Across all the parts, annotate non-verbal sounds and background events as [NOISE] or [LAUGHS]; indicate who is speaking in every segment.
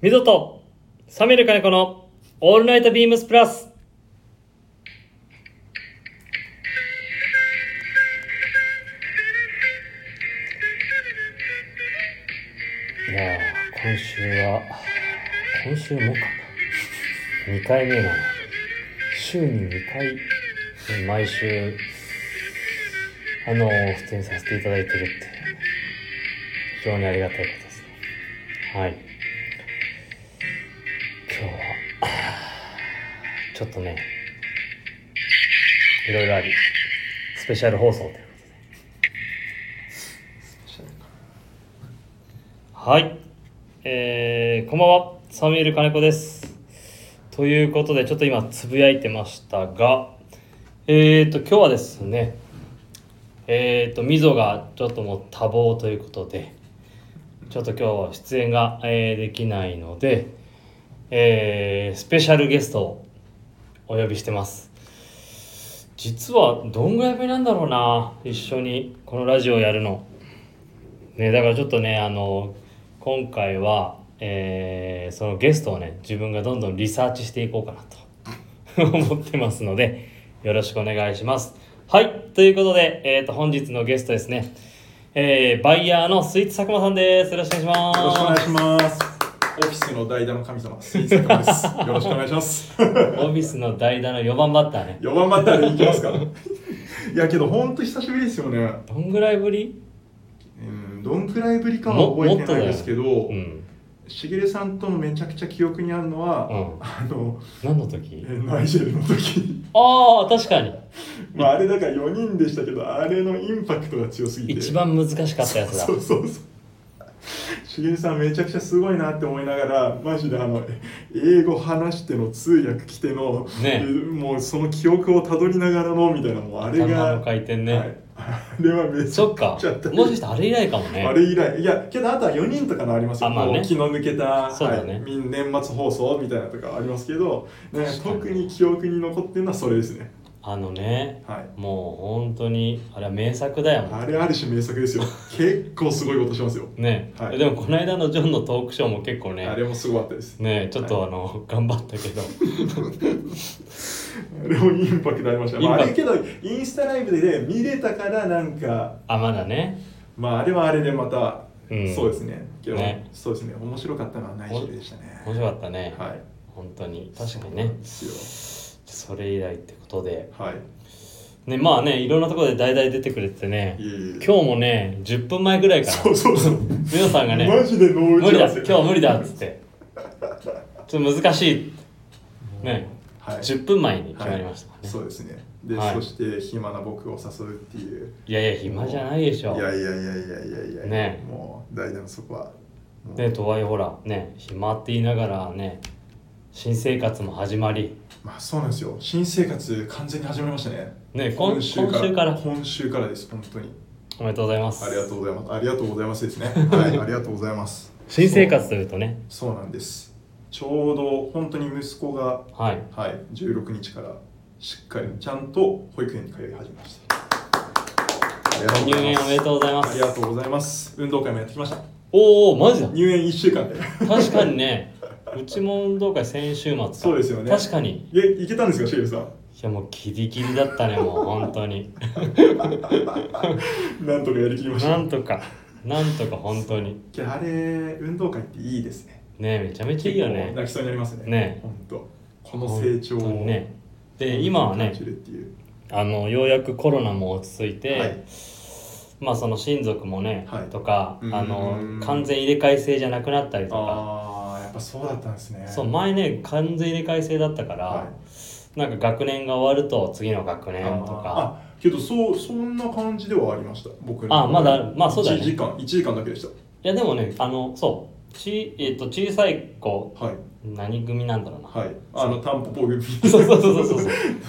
Speaker 1: ミゾと冷める金子のオールナイトビームスプラスいやー今週は今週もかな2回目なの週に2回ね毎週あのー出演させていただいてるって非常にありがたいことですねはい今日はあーちょっとねいろいろありスペシャル放送ということではい、えー、こんばんはサミュエル金子ですということでちょっと今つぶやいてましたがえっ、ー、と今日はですねえっ、ー、とみぞがちょっともう多忙ということでちょっと今日は出演が、えーできないのでえースペシャルゲストをお呼びしてます実はどんぐらいぶりなんだろうな一緒にこのラジオやるのねだからちょっとねあの今回は、えーそのゲストをね自分がどんどんリサーチしていこうかなと [LAUGHS] 思ってますのでよろしくお願いしますはいということで、えー、と本日のゲストですねえーバイヤーのスイーツ佐久間さんですよろしくお願いします
Speaker 2: よろしくお願いします。オフィスの代打の神様、スイーツ坂です。よろしくお願いします。
Speaker 1: オフィスの代打の4番バッターね
Speaker 2: 4番バッターでいきますか。 [LAUGHS] いやけど、ほんと久しぶりですよね。
Speaker 1: どんぐらいぶり
Speaker 2: うん、どんくらいぶりかは覚えてないですけど
Speaker 1: う、ん
Speaker 2: しげるさんとのめちゃくちゃ記憶にあるのは、
Speaker 1: うん
Speaker 2: あの、
Speaker 1: 何の
Speaker 2: え
Speaker 1: 時
Speaker 2: ーナイジェルの時。
Speaker 1: ああ確かに
Speaker 2: まあ、あれだから4人でしたけど、あれのインパクトが強すぎて。
Speaker 1: 一番難しかったやつだ
Speaker 2: そうそうそう。しげるさんめちゃくちゃすごいなって思いながらマジであの英語話しての通訳来ての、
Speaker 1: ね
Speaker 2: もうその記憶をたどりながらのみたいなもうあれ
Speaker 1: 頭
Speaker 2: が
Speaker 1: の回転
Speaker 2: はい [LAUGHS]
Speaker 1: ね、
Speaker 2: あれはめちゃ
Speaker 1: そっ
Speaker 2: く
Speaker 1: か
Speaker 2: ちゃ大変
Speaker 1: もしかしてあれ以来かもね
Speaker 2: あれ以来いやけどあとは4人とかのありますよ、
Speaker 1: あまあね
Speaker 2: もう気の抜けた、
Speaker 1: そうだね
Speaker 2: はいみん年末放送みたいなとかありますけど、ね
Speaker 1: 確かに
Speaker 2: 特に記憶に残ってるのはそれですね
Speaker 1: あのね
Speaker 2: はい
Speaker 1: もう本当にあれは名作だよもん
Speaker 2: あれある種名作ですよ結構すごいことしますよ、
Speaker 1: ね、
Speaker 2: はい
Speaker 1: でもこの間のジョンのトークショーも結構
Speaker 2: あ
Speaker 1: ね
Speaker 2: れもすごかったです
Speaker 1: ねちょっとあの、頑張った
Speaker 2: [LAUGHS]
Speaker 1: けど
Speaker 2: あれもインパクトありました、まあ、あ
Speaker 1: イ
Speaker 2: れ
Speaker 1: ンパ
Speaker 2: けどインスタライブで、ね、見れたからなんか
Speaker 1: あまだね
Speaker 2: まああれはあれでまた、
Speaker 1: うん
Speaker 2: そうですねけど
Speaker 1: ね
Speaker 2: そうですね面白かったのは内緒でしたね
Speaker 1: 面白かったね、
Speaker 2: はい
Speaker 1: 本当に確かにね
Speaker 2: そうなんです
Speaker 1: それ以来ってことで
Speaker 2: よはい
Speaker 1: ねまあねいろんなところで代々出てくれててね
Speaker 2: いえいえ
Speaker 1: 今日もね10分前ぐらいか
Speaker 2: そう
Speaker 1: な
Speaker 2: そうそう
Speaker 1: 美穂さんがね
Speaker 2: マジ
Speaker 1: 「
Speaker 2: でノー
Speaker 1: 無
Speaker 2: 打
Speaker 1: 理
Speaker 2: ち合
Speaker 1: だ
Speaker 2: わせ
Speaker 1: 今日は無理だ」っつって「ちょっと難しい」ね、
Speaker 2: はい
Speaker 1: 10分前に決まりましたもんね、
Speaker 2: そうですねで、
Speaker 1: はい
Speaker 2: そして暇な僕を誘うっていう
Speaker 1: い、やいや暇じゃないでし
Speaker 2: いや
Speaker 1: ょ
Speaker 2: いやいやいやいやいや
Speaker 1: ね
Speaker 2: もう大体のそこはもう
Speaker 1: ねとはいえほらね暇って言いながらね新生活も始まり
Speaker 2: まあそうなんですよ新生活完全に始まりましたね
Speaker 1: ね今今週から
Speaker 2: 今週からです本当に
Speaker 1: おめでとうございます
Speaker 2: ありがとうございますありがとうございますです
Speaker 1: [LAUGHS]
Speaker 2: ねはいありがとうございます
Speaker 1: 新生活というとね
Speaker 2: そうそうなんですちょうど本当に息子が
Speaker 1: はい
Speaker 2: はい16日からしっかりちゃんと保育園に通い始めましたありがとうご
Speaker 1: 入
Speaker 2: ざい
Speaker 1: 園
Speaker 2: ま
Speaker 1: おめ
Speaker 2: す
Speaker 1: でとうございま
Speaker 2: あり
Speaker 1: す
Speaker 2: がとうございます運動会もやってきました
Speaker 1: おおマジだ
Speaker 2: 入園1週間で
Speaker 1: 確かにねうちも運動会先週末か
Speaker 2: そうですよね
Speaker 1: 確かに
Speaker 2: いえ行けたんですかシェルさん
Speaker 1: いやもうギリギリだったねもう本当に
Speaker 2: なんとかやりきりま
Speaker 1: [LAUGHS]
Speaker 2: し
Speaker 1: な
Speaker 2: た
Speaker 1: んとかなんとか本当に
Speaker 2: いやあれ運動会っていいですね
Speaker 1: ねめちゃめちゃいいよ
Speaker 2: 結
Speaker 1: ね
Speaker 2: 構泣きそうになりますね
Speaker 1: ね
Speaker 2: 本当この成長
Speaker 1: 本当
Speaker 2: を
Speaker 1: にねで今はね
Speaker 2: 感じるっていう
Speaker 1: あのようやくコロナも落ち着いて、
Speaker 2: はい
Speaker 1: まあその親族もね、
Speaker 2: はい
Speaker 1: とか
Speaker 2: うん
Speaker 1: あの完全入れ替え制じゃなくなったりとか
Speaker 2: ああやっぱそうだったんですね
Speaker 1: そう前ね完全入れ替え制だったから、
Speaker 2: は
Speaker 1: なんか学年が終わると次の学
Speaker 2: い
Speaker 1: 年とか
Speaker 2: あーけどそうそんな感じではありました僕
Speaker 1: あまだあるまあそうだよね
Speaker 2: 1時間一時間だけでし
Speaker 1: いやでもねあのそうち、えっと小さい子
Speaker 2: たはい
Speaker 1: 何組なんだろう
Speaker 2: [LAUGHS]
Speaker 1: な、
Speaker 2: はいあのタンポポ組
Speaker 1: そうそうそうそう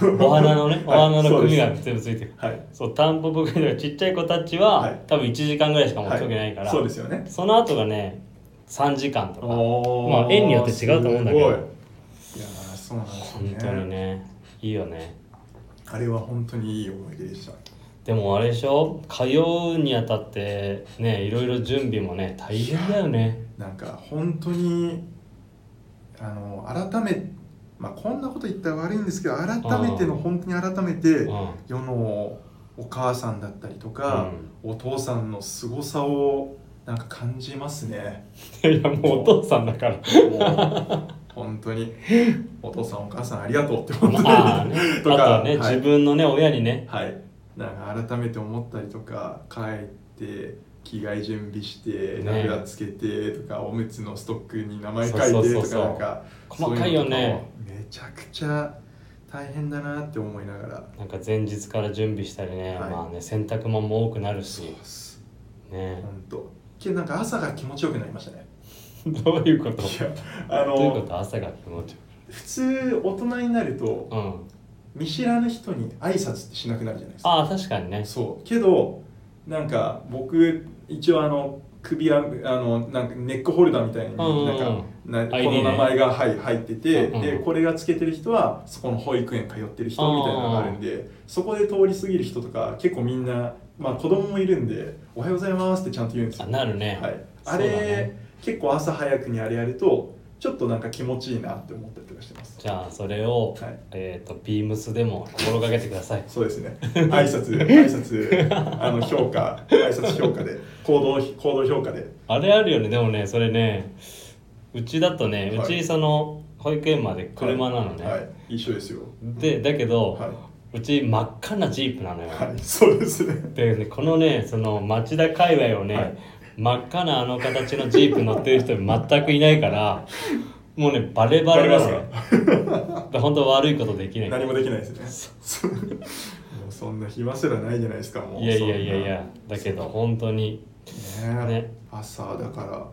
Speaker 1: そうお花のねお
Speaker 2: はい
Speaker 1: 花の組
Speaker 2: そ
Speaker 1: が
Speaker 2: うです
Speaker 1: 全部ついてる
Speaker 2: はい
Speaker 1: そうタンポポ組のちっちゃい子たちは、
Speaker 2: はい
Speaker 1: 多分1時間ぐらいしか持
Speaker 2: は
Speaker 1: ち上げないから、
Speaker 2: そうですよね
Speaker 1: その後がね3時間とか
Speaker 2: ま
Speaker 1: まあ園によって違うと思うんだけど
Speaker 2: いいやーそうなんですよ
Speaker 1: 本
Speaker 2: ね
Speaker 1: 当にねいいよね
Speaker 2: あれは本当にいい思い出でした
Speaker 1: でもあれでしょ通うにあたってねいろいろ準備もね大変だよね
Speaker 2: なんか本当にあの改め、まあ、こんなこと言ったら悪いんですけど改めての
Speaker 1: うん
Speaker 2: 本当に改めて
Speaker 1: うん
Speaker 2: 世のお母さんだったりとか、お父さんの凄さをなんか感じますね。
Speaker 1: いやもうお父さんだ
Speaker 2: [LAUGHS]
Speaker 1: から
Speaker 2: もう本当にお父さんお母さんありがとうって本当に、
Speaker 1: まあねあと
Speaker 2: とか
Speaker 1: はね、
Speaker 2: はい
Speaker 1: 自分のね親にね
Speaker 2: はい、なんか改めて思ったりとか帰って着替え準備して
Speaker 1: ね
Speaker 2: 名札つけてとか、おむつのストックに名前書
Speaker 1: そう
Speaker 2: いて
Speaker 1: そう
Speaker 2: と
Speaker 1: そう
Speaker 2: か
Speaker 1: そう
Speaker 2: なんか
Speaker 1: 細かいよね
Speaker 2: そういうのとかもめちゃくちゃ大変だなって思いながら
Speaker 1: なんか前日から準備したりね、
Speaker 2: はい
Speaker 1: まあね洗濯物も多くなるし
Speaker 2: す
Speaker 1: ね
Speaker 2: 本当けどなんか朝が気持ちよくなりましたね
Speaker 1: [LAUGHS] どういうこと
Speaker 2: いやあ
Speaker 1: どういうこ
Speaker 2: の
Speaker 1: と朝が気持ちよ
Speaker 2: 普通大人になると
Speaker 1: くうん
Speaker 2: 見知らぬ人に挨拶ってしなくなるじゃないですか
Speaker 1: ああ確かにね
Speaker 2: そうけどなんか僕一応あの首はあのなんかネックホルダーみたいに
Speaker 1: うんうんうん
Speaker 2: なんかなこ
Speaker 1: ID ね
Speaker 2: の名前が、はい、入ってて、
Speaker 1: うんうん
Speaker 2: でこれがつけてる人はそこの保育園通ってる人みたいなのがあるんでそこで通り過ぎる人とか結構みんな、まあ、子供もいるんで「おはようございます」ってちゃんと言うんです
Speaker 1: あ
Speaker 2: よ。
Speaker 1: なるね、
Speaker 2: はい、
Speaker 1: そう
Speaker 2: あ
Speaker 1: だ
Speaker 2: れ、
Speaker 1: ね
Speaker 2: 結構朝早くにあれやるとちょっとなんか気持ちいいなって思ったりとかしてます。
Speaker 1: じゃあそれを、
Speaker 2: はい
Speaker 1: えっ、とビームスでも心がけてください
Speaker 2: そうですね。挨
Speaker 1: [LAUGHS]
Speaker 2: 拶、挨拶、あの評価、挨拶評価で、行動、行動評価で。
Speaker 1: あれあるよねでもねそれねうちだとね、
Speaker 2: はいう
Speaker 1: ちその保育園まで車なのね、
Speaker 2: はい、一緒ですよ。
Speaker 1: でだけど、
Speaker 2: は
Speaker 1: うち真っ赤なジープなのよ、
Speaker 2: い、はい、そうですね。
Speaker 1: でねこのねその町田界隈をね、
Speaker 2: はい
Speaker 1: 真っ赤なあの形のジープ乗ってる人全くいないからもうねバレバレなのよで本当悪いことできない
Speaker 2: 何もできないですね。そうもうそんな暇すらないじゃないですか、もう。
Speaker 1: いやいやいやい
Speaker 2: そ
Speaker 1: やだけど本当に
Speaker 2: んな。ね
Speaker 1: ね
Speaker 2: 朝だから、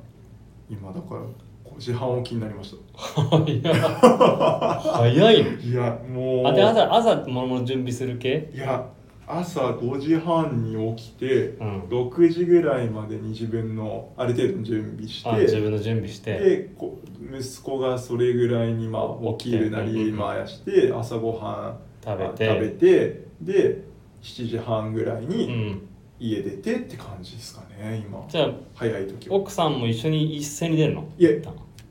Speaker 2: 今だから、5時半起きになりまし
Speaker 1: いや早いね
Speaker 2: た。いや、もう。
Speaker 1: あで朝朝もの準備する系
Speaker 2: いや、朝5時半に起きて、
Speaker 1: うん
Speaker 2: 6時ぐらいまでに自分の、ある程度の準備して、
Speaker 1: あ自分の準備して
Speaker 2: でこ息子がそれぐらいにまあ起きるな
Speaker 1: 起きて
Speaker 2: り
Speaker 1: うん
Speaker 2: まあやして朝ごはん
Speaker 1: 食べて
Speaker 2: あ食べてで7時半ぐらいうに
Speaker 1: ん
Speaker 2: 家出てって感じですかね今
Speaker 1: じゃあ
Speaker 2: 早い時は
Speaker 1: 奥さんも一緒に一斉に出るの
Speaker 2: いえ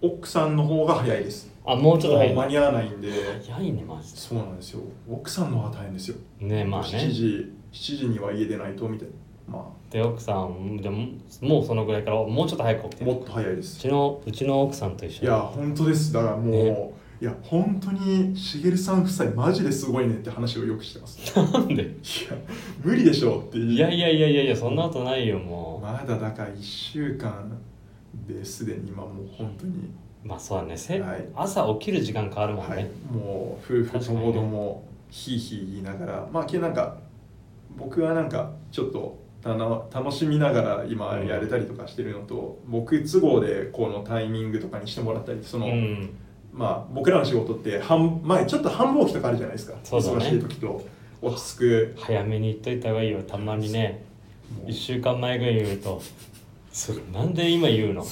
Speaker 2: 奥さんの方が早いです
Speaker 1: あもうちょっと
Speaker 2: もう間
Speaker 1: 早い
Speaker 2: に合わないんで
Speaker 1: 早いねマジ
Speaker 2: そうなんですよ奥さんの方が大変ですよ、
Speaker 1: でねまあ
Speaker 2: 7
Speaker 1: ね
Speaker 2: 時7時には家出ないとみたいなま
Speaker 1: で奥さんでももうそのぐらいからもうちょっと早く起き
Speaker 2: あ
Speaker 1: て
Speaker 2: も
Speaker 1: る
Speaker 2: っと早いで
Speaker 1: う
Speaker 2: す
Speaker 1: ちのうちの奥さんと一緒
Speaker 2: い
Speaker 1: に
Speaker 2: や本当ですだからもう、
Speaker 1: ね
Speaker 2: いや本当にしげるさん夫妻マジですごいねって話をよくしてます
Speaker 1: なんで
Speaker 2: いや無理でしょうっていう
Speaker 1: いやいやいやいやいやそんなことないよも
Speaker 2: まだだから1週間ですでに今もう本当に、
Speaker 1: うまあそうだねせ、
Speaker 2: はい
Speaker 1: 朝起きる時間変わるもんね、
Speaker 2: はい、もう夫婦ともどもひいひい言いながらまあけどなんか僕はなんかちょっとたの楽しみながら今やれたりとかしてるのと、僕都合でこのタイミングとかにしてもらったりその、
Speaker 1: うん
Speaker 2: まあ僕らの仕事って半前ちょっと繁忙期とかあるじゃないですか、
Speaker 1: そうだね
Speaker 2: 忙しい時と落ち着く
Speaker 1: 早めに言っといた方がいいよたまにね
Speaker 2: もう
Speaker 1: 1週間前ぐらいに言うと「それなんで今言う
Speaker 2: [LAUGHS]
Speaker 1: の?」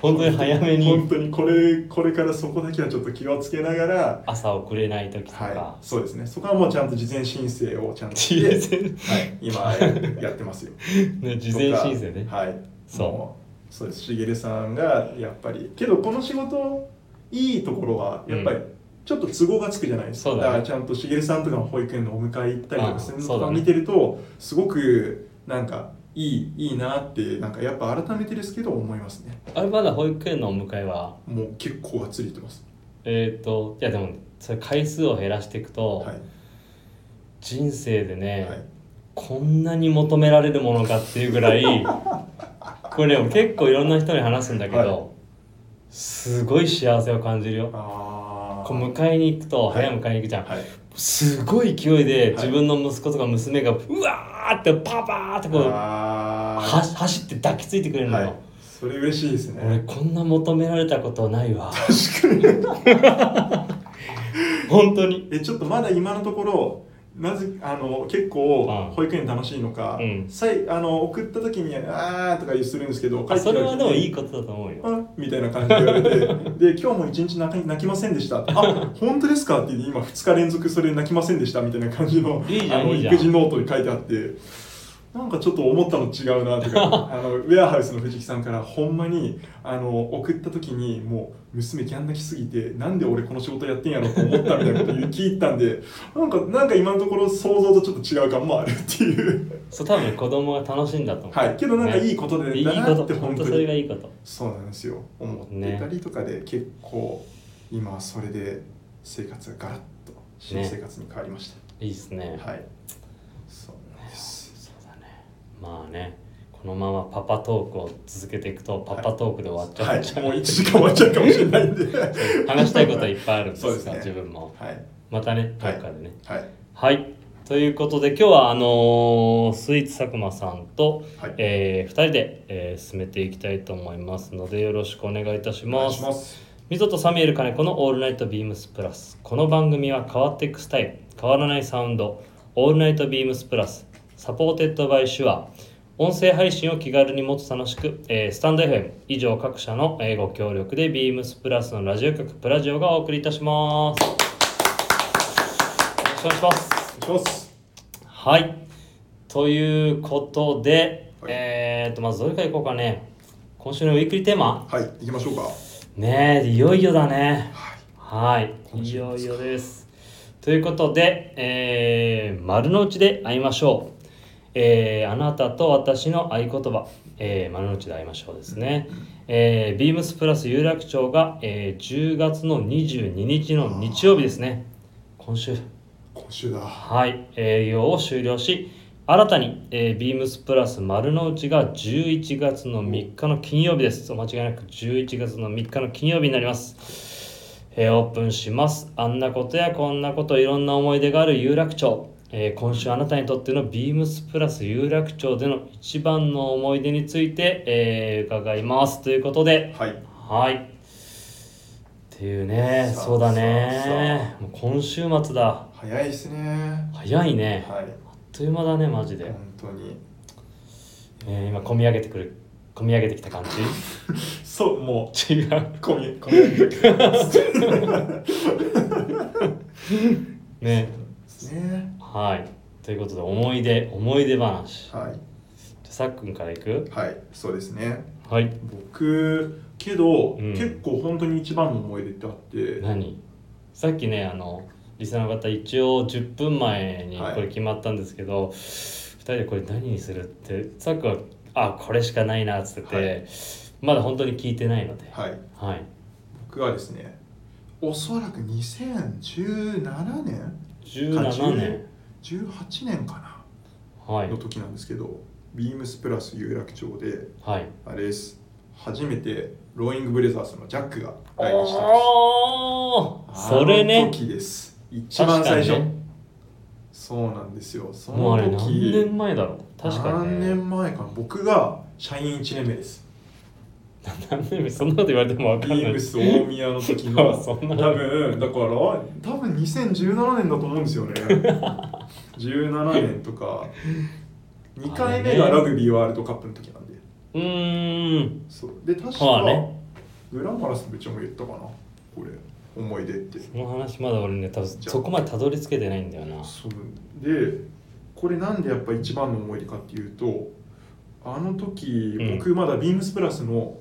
Speaker 1: 本当に早め
Speaker 2: 本
Speaker 1: に
Speaker 2: 当にこれこれからそこだけはちょっと気をつけながら
Speaker 1: 朝遅れない時とか、
Speaker 2: はいそうですねそこはもうちゃんと事前申請をちゃんと
Speaker 1: 事
Speaker 2: して
Speaker 1: 前申
Speaker 2: はい、今ややってますよ
Speaker 1: ね [LAUGHS] 事前申請ね
Speaker 2: とかはい
Speaker 1: そう
Speaker 2: もうそうですしげるさんがやっぱりけどこの仕事いいところはやっぱり、
Speaker 1: う
Speaker 2: ちょっと都合がつくじゃないですか
Speaker 1: そうだね
Speaker 2: からちゃんとしげるさんとかの保育園のお迎え行ったりと
Speaker 1: あ
Speaker 2: かする
Speaker 1: そ
Speaker 2: の
Speaker 1: う
Speaker 2: と
Speaker 1: だ
Speaker 2: か
Speaker 1: ね
Speaker 2: 見てるとすごくなんかいいいいなってなんかやっぱ改めてですけど思いますね
Speaker 1: あれまだ保育園のお迎えは
Speaker 2: もう結構がっつりいってます
Speaker 1: えっ、といやでもそれ回数を減らしていくと、
Speaker 2: はい
Speaker 1: 人生でね、
Speaker 2: はい
Speaker 1: こんなに求められるものかっていうぐら
Speaker 2: [LAUGHS]
Speaker 1: いこれでも結構いろんな人に話すんだけど、
Speaker 2: はい
Speaker 1: すごい幸せを感じるよ
Speaker 2: ああ
Speaker 1: こう迎えに行くと、
Speaker 2: はい
Speaker 1: 早い迎えに行くじゃん、
Speaker 2: はい
Speaker 1: すごい勢いで
Speaker 2: い
Speaker 1: 自分の息子とか娘がうわーってパパーってこうは
Speaker 2: あー
Speaker 1: 走って抱きついてくれるのよ、
Speaker 2: はい、それ嬉しいですね
Speaker 1: 俺こんな求められたことないわ
Speaker 2: 確かに
Speaker 1: [LAUGHS] 本当に
Speaker 2: えちょっとまだ今のところなぜあの結構
Speaker 1: うん
Speaker 2: 保育園楽しいのか、
Speaker 1: うん
Speaker 2: さいあの送った時に「あー」とか言うするんですけど
Speaker 1: あそれはでもいい
Speaker 2: い
Speaker 1: ことだと思うよ
Speaker 2: あみたいな感じで言われて「で今日も一日泣き泣きませんでした」あ本当ですか?」って言って今2日連続それ泣きませんでしたみたいな感じの
Speaker 1: いいじゃん
Speaker 2: あの
Speaker 1: いいじゃん
Speaker 2: 育児ノートに書いてあってなんかちょっと思ったの違うな
Speaker 1: [LAUGHS]
Speaker 2: とかあのウェアハウスの藤木さんからほんまにあの送った時にもう娘ギャン泣きすぎてなんで俺この仕事やってんやろと思ったみたいなこと言う聞いたんでなんかなんか今のところ想像とちょっと違う感もあるっていう
Speaker 1: そう多分子供が楽しいんだと思う、
Speaker 2: はいけどなんか
Speaker 1: ね
Speaker 2: いいことで
Speaker 1: いい
Speaker 2: だな
Speaker 1: こ
Speaker 2: って
Speaker 1: と
Speaker 2: 本
Speaker 1: 本
Speaker 2: 当
Speaker 1: 当
Speaker 2: に
Speaker 1: それがいいこと
Speaker 2: そうなんですよ思ってたりとかで結構今それで生活がガラッと新生活に変わりました、
Speaker 1: いいですね、
Speaker 2: はいそうなんです
Speaker 1: そうだねまあねこのままパパトークを続けていくとパパトークで終わっちゃう、
Speaker 2: はい、もう1時間終わっちゃうかもしれない [LAUGHS] んで。
Speaker 1: 話したいことはいっぱいあるんです
Speaker 2: そう
Speaker 1: が
Speaker 2: ですね
Speaker 1: 自分も
Speaker 2: はい。
Speaker 1: またねどっかでね、
Speaker 2: はい。
Speaker 1: はい。ということで、今日は、あのースイーツ佐久間さんと、
Speaker 2: はい
Speaker 1: え2人で、えー進めていきたいと思いますので、よろしくお願いいたし
Speaker 2: お願
Speaker 1: ま
Speaker 2: いし
Speaker 1: す。
Speaker 2: ます。
Speaker 1: みぞとサミュエル金子の「オールナイトビームスプラス」この番組は変わっていくスタイル変わらないサウンド「オールナイトビームスプラス」サポーテッドバイシュア音声配信を気軽にもっと楽しく、えースタンド FM 以上各社の、えーご協力でビームスプラスのラジオ局プラジオがお送りいたしますよろしくお願いします
Speaker 2: お願いします。
Speaker 1: はい。ということで、
Speaker 2: はい
Speaker 1: えー、と、まずどれからいこうかね。今週のウィークリーテーマ
Speaker 2: はい、行きましょうか。
Speaker 1: ねえ、いよいよだね。
Speaker 2: は
Speaker 1: は
Speaker 2: い。
Speaker 1: い。
Speaker 2: 今
Speaker 1: い
Speaker 2: 週
Speaker 1: よ
Speaker 2: で
Speaker 1: い
Speaker 2: す
Speaker 1: よです。ということで、えー丸の内で会いましょう。えーあなたと私の合言葉、えー丸の内で会いましょうですね。えービームスプラス有楽町が、えー10月の22日の日曜日ですね。今週。
Speaker 2: 今週だ。
Speaker 1: はい、営業を終了し新たに、えービームスプラス丸の内が11月の3日の金曜日ですお間違いなく11月の3日の金曜日になります、えーオープンしますあんなことやこんなこといろんな思い出がある有楽町、えー今週あなたにとってのビームスプラス有楽町での一番の思い出について、えー伺いますということで
Speaker 2: はい。
Speaker 1: はいっていうね
Speaker 2: さあ
Speaker 1: そうだ
Speaker 2: さ
Speaker 1: ねもう今週末だ
Speaker 2: 早いですね。
Speaker 1: 早いね、
Speaker 2: はい。
Speaker 1: あっという間だねマジで、
Speaker 2: 本当に。
Speaker 1: えー今込み上げてくる込み上げてきた感
Speaker 2: そう、も
Speaker 1: じ違う
Speaker 2: う、込み、込み。
Speaker 1: ね
Speaker 2: ね。
Speaker 1: はいということで思い出思い出話じゃ
Speaker 2: はい。
Speaker 1: あさっくんからいく
Speaker 2: はい。そうですね。
Speaker 1: はい
Speaker 2: 僕、けど、
Speaker 1: うん
Speaker 2: 結構本当に一番の思い出ってあって。
Speaker 1: 何さっきねあのリスナーの方一応10分前に
Speaker 2: はい
Speaker 1: これ決まったんですけど、2人でこれ何にするってさっくんはあこれしかないなっつってて、
Speaker 2: はい
Speaker 1: まだ本当に聞いてないので
Speaker 2: はい。
Speaker 1: はい
Speaker 2: 僕はですね。おそらく2017年。
Speaker 1: 17年
Speaker 2: 18年かな。
Speaker 1: はい
Speaker 2: の時なんですけど、ビームスプラス有楽町で
Speaker 1: はい
Speaker 2: あれです初めてローイングブレザーズのジャックが来日した
Speaker 1: おーそれ
Speaker 2: あ
Speaker 1: ね
Speaker 2: の時です一番最初、
Speaker 1: 確かにね
Speaker 2: そうなんですよそ
Speaker 1: もうあ
Speaker 2: の
Speaker 1: れ何
Speaker 2: 時
Speaker 1: 年前だろう確かに、
Speaker 2: 何
Speaker 1: ね、
Speaker 2: 年前かな僕が社員1年目です
Speaker 1: 何年目そんなこと言われても分か
Speaker 2: ビ
Speaker 1: んない
Speaker 2: ームス大宮の
Speaker 1: [LAUGHS]
Speaker 2: 時の
Speaker 1: そ
Speaker 2: 多
Speaker 1: んな
Speaker 2: 分だから多分2017年だと思うんで
Speaker 1: [LAUGHS]
Speaker 2: すよね17年とか2回目がラグビーワールドカップの時なんで
Speaker 1: うーん
Speaker 2: そうで確
Speaker 1: は
Speaker 2: か、
Speaker 1: あね
Speaker 2: グラマラス部長も言ったかなこれ思い出って
Speaker 1: その話まだ俺ね多分そこまでたどり着けてないんだよな
Speaker 2: そうでこれなんでやっぱ一番の思い出かっていうとあの時、
Speaker 1: うん
Speaker 2: 僕まだビームスプラスの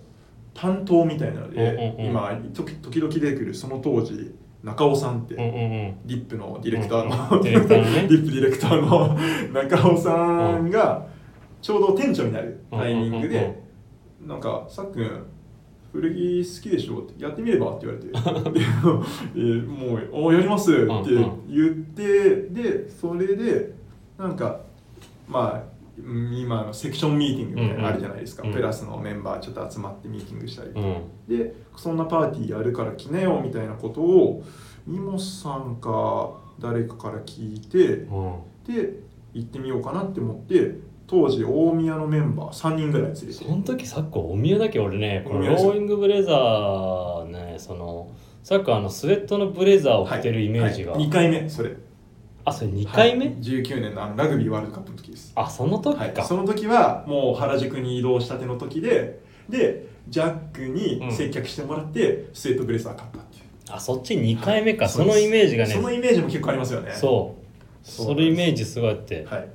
Speaker 2: 担当みたいなので、
Speaker 1: うんうんうん
Speaker 2: 今時時々出てくるその当時中尾さんって、
Speaker 1: うんうんうん
Speaker 2: リップのディレクター
Speaker 1: うん
Speaker 2: の
Speaker 1: ディレクターのね
Speaker 2: リップディレクターの中尾さんがちょうど店長になるタイミング
Speaker 1: うんうんうん
Speaker 2: でなんかさっくん古着好きでしょってやってみればって
Speaker 1: [LAUGHS]
Speaker 2: 言われてでえーもうおやりますって言ってでそれでなんかまあうん今のセクションミーティングみたいなのあるじゃないですか、
Speaker 1: うんうん
Speaker 2: プラスのメンバーちょっと集まってミーティングしたりとか
Speaker 1: うん
Speaker 2: でそんなパーティーやるから来なよみたいなことをミモさんか誰かから聞い
Speaker 1: う
Speaker 2: て
Speaker 1: ん
Speaker 2: で行ってみようかなって思って当時大宮のメンバー3人ぐらい連れて
Speaker 1: その時さっきお宮だっけ俺ねこの
Speaker 2: お
Speaker 1: ロ
Speaker 2: 宮です
Speaker 1: ーイングブレザーねそのさっきあのスウェットのブレザーを着てるイメージが、
Speaker 2: はい2回目それ
Speaker 1: あそれ2回目、
Speaker 2: はい19年のあのラグビーワールドカップの時です
Speaker 1: あその時か、
Speaker 2: はい、その時はもう原宿に移動したての時ででジャックに接客してもらってスウェットブレザー買ったっていう、
Speaker 1: あそっち2回目か、
Speaker 2: はい
Speaker 1: そのイメージがね
Speaker 2: そのイメージも結構ありますよね
Speaker 1: そうそ
Speaker 2: そうなんです
Speaker 1: れイメージすごいあって、
Speaker 2: はい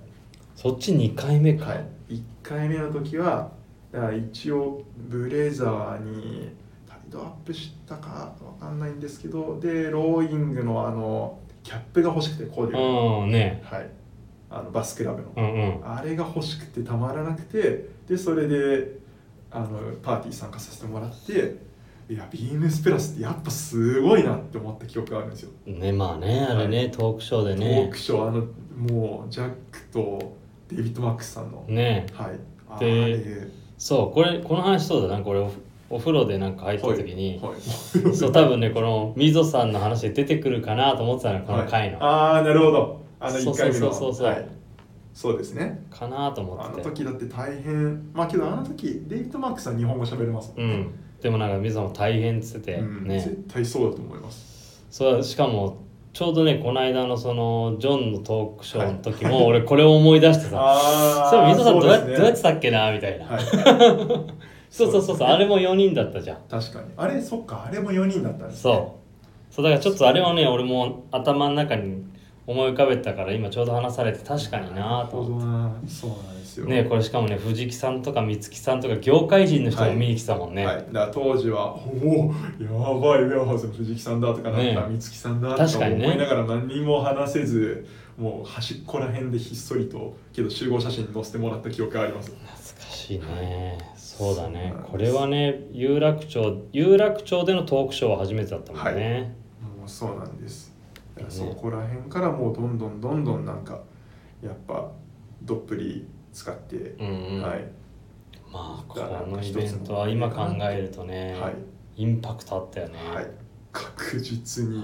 Speaker 1: そっち2回目か、
Speaker 2: はい、1回目の時はだから一応ブレザーにタイドアップしたかわかんないんですけどでローイングのあのキャップが欲しくてコーデュロ
Speaker 1: うんね
Speaker 2: イはい、あのバスクラブの、
Speaker 1: うんうん
Speaker 2: あれが欲しくてたまらなくてでそれであのパーティー参加させてもらっていやビームスプラスってやっぱすごいなって思った記憶があるんですよ
Speaker 1: ねまあねあれね、
Speaker 2: は
Speaker 1: トークショーで
Speaker 2: ト
Speaker 1: ね
Speaker 2: ークショーあのもうジャックとデイビッド・マックスさんの、
Speaker 1: ね
Speaker 2: はいあ
Speaker 1: で
Speaker 2: れ
Speaker 1: そうこれこの話そうだなこれおお風呂でなんか入った時に、
Speaker 2: はいはい
Speaker 1: そう多分ねこの溝さんの話で出てくるかなと思ってたのよこの回の、
Speaker 2: はいああなるほどあの
Speaker 1: そう
Speaker 2: 1回目の
Speaker 1: そうそうそうそう
Speaker 2: はい、そうですね
Speaker 1: かなと思
Speaker 2: あ
Speaker 1: っ
Speaker 2: の
Speaker 1: てて
Speaker 2: 時だって大変まあけどあの時デイビッド・マックスは日本語喋れますも
Speaker 1: うん
Speaker 2: ね、
Speaker 1: んでもなんか溝さんも大変っつってて、
Speaker 2: うん
Speaker 1: ね
Speaker 2: 絶対そうだと思います
Speaker 1: そうしかもちょうどねこの間のそのジョンのトークショーの時も俺これを思い出してさ
Speaker 2: [LAUGHS] あ
Speaker 1: そう水戸さんどうやど
Speaker 2: そ
Speaker 1: うやっ
Speaker 2: で
Speaker 1: て
Speaker 2: す
Speaker 1: たっけなみたいな、
Speaker 2: ね、
Speaker 1: そうそうそうそうあれも4人だったじゃん
Speaker 2: はい、確かにあれそっかあれも4人だったんです、ね、
Speaker 1: そうそうだからちょっとあれはね俺も頭の中に思い浮かべたから今ちょうど話されて確かになと思っ
Speaker 2: なるほどなそうなんです
Speaker 1: て
Speaker 2: よ
Speaker 1: ねこれしかもね藤木さんとか美月さんとか業界人の人も見に来てたもんね、
Speaker 2: はい、だから当時は「おおやばいウェアハウスの藤木さんだ」とか「なんか
Speaker 1: ね
Speaker 2: 美月さんだ」と
Speaker 1: 確
Speaker 2: か
Speaker 1: かにね
Speaker 2: 思いながら何も話せず、もう端っこら辺でひっそりとけど集合写真載せてもらった記憶があります
Speaker 1: 懐かしいねそうだ
Speaker 2: そう
Speaker 1: ね
Speaker 2: なんです
Speaker 1: これはね有楽町有楽町でのトークショーは初めてだったもんね、
Speaker 2: もうそうなんですだから
Speaker 1: ね
Speaker 2: そこら辺からもうどんどんどんどんなんかやっぱどっぷり使って、
Speaker 1: うんうん、
Speaker 2: はい、
Speaker 1: まあこのイベントは今考えるとね、
Speaker 2: はい
Speaker 1: インパクトあったよね、
Speaker 2: はい、確実に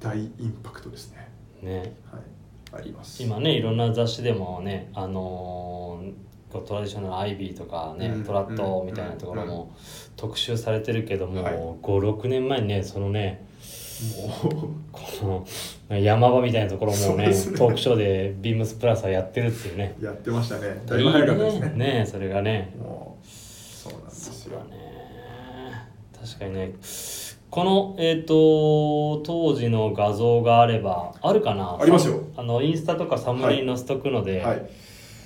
Speaker 2: 大インパクトですね
Speaker 1: うんね
Speaker 2: はいあります
Speaker 1: 今ねいろんな雑誌でもねあのーこうトラディショナルアイビーとかね、
Speaker 2: うん
Speaker 1: トラットみたいなところ
Speaker 2: うんう
Speaker 1: も特集されてるけども、
Speaker 2: はい
Speaker 1: 56年前にねそのね
Speaker 2: もう
Speaker 1: この山場みたいなところ
Speaker 2: そ
Speaker 1: も
Speaker 2: う
Speaker 1: ね
Speaker 2: ですね
Speaker 1: トークショーでビームスプラスはやってるっていうね
Speaker 2: やってましたね。だいぶ早かったですね。
Speaker 1: いいねそれがね
Speaker 2: もう、そうなんです
Speaker 1: そう
Speaker 2: よ
Speaker 1: だ。ね確かにねこのえっ、と当時の画像があればあるかな
Speaker 2: ありますよ
Speaker 1: あのインスタとかサムネに載せとくので、
Speaker 2: はい。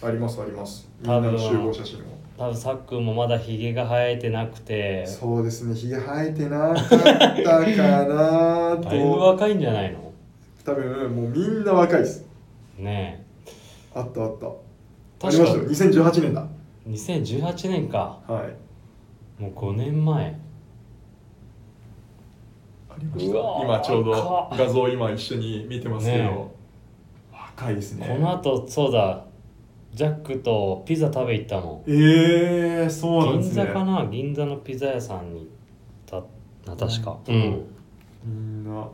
Speaker 2: ありますあります。みん
Speaker 1: 多
Speaker 2: な
Speaker 1: 分
Speaker 2: の集合写真を。
Speaker 1: 多分さっくんもまだひげが生えてなくて
Speaker 2: そうですね。ひげ生えてなかったかな
Speaker 1: だいぶ
Speaker 2: と。
Speaker 1: 若いんじゃないの
Speaker 2: 多分もうみんな若いです。
Speaker 1: ね
Speaker 2: あったあった。
Speaker 1: え
Speaker 2: ありましたよ。
Speaker 1: に
Speaker 2: 2018年だ。
Speaker 1: 2018年か
Speaker 2: はい。
Speaker 1: もう5年前
Speaker 2: ありまし
Speaker 1: う
Speaker 2: た
Speaker 1: わー
Speaker 2: 今ちょうど
Speaker 1: 若っ
Speaker 2: 画像今一緒に見てますけ
Speaker 1: ね
Speaker 2: ど、若いですね。
Speaker 1: このあとそうだジャックとピザ食べ行ったもん
Speaker 2: ええー、そうなんで
Speaker 1: 銀
Speaker 2: すね。
Speaker 1: 座かな銀座のピザ屋さんに行ったな確か
Speaker 2: うんみんな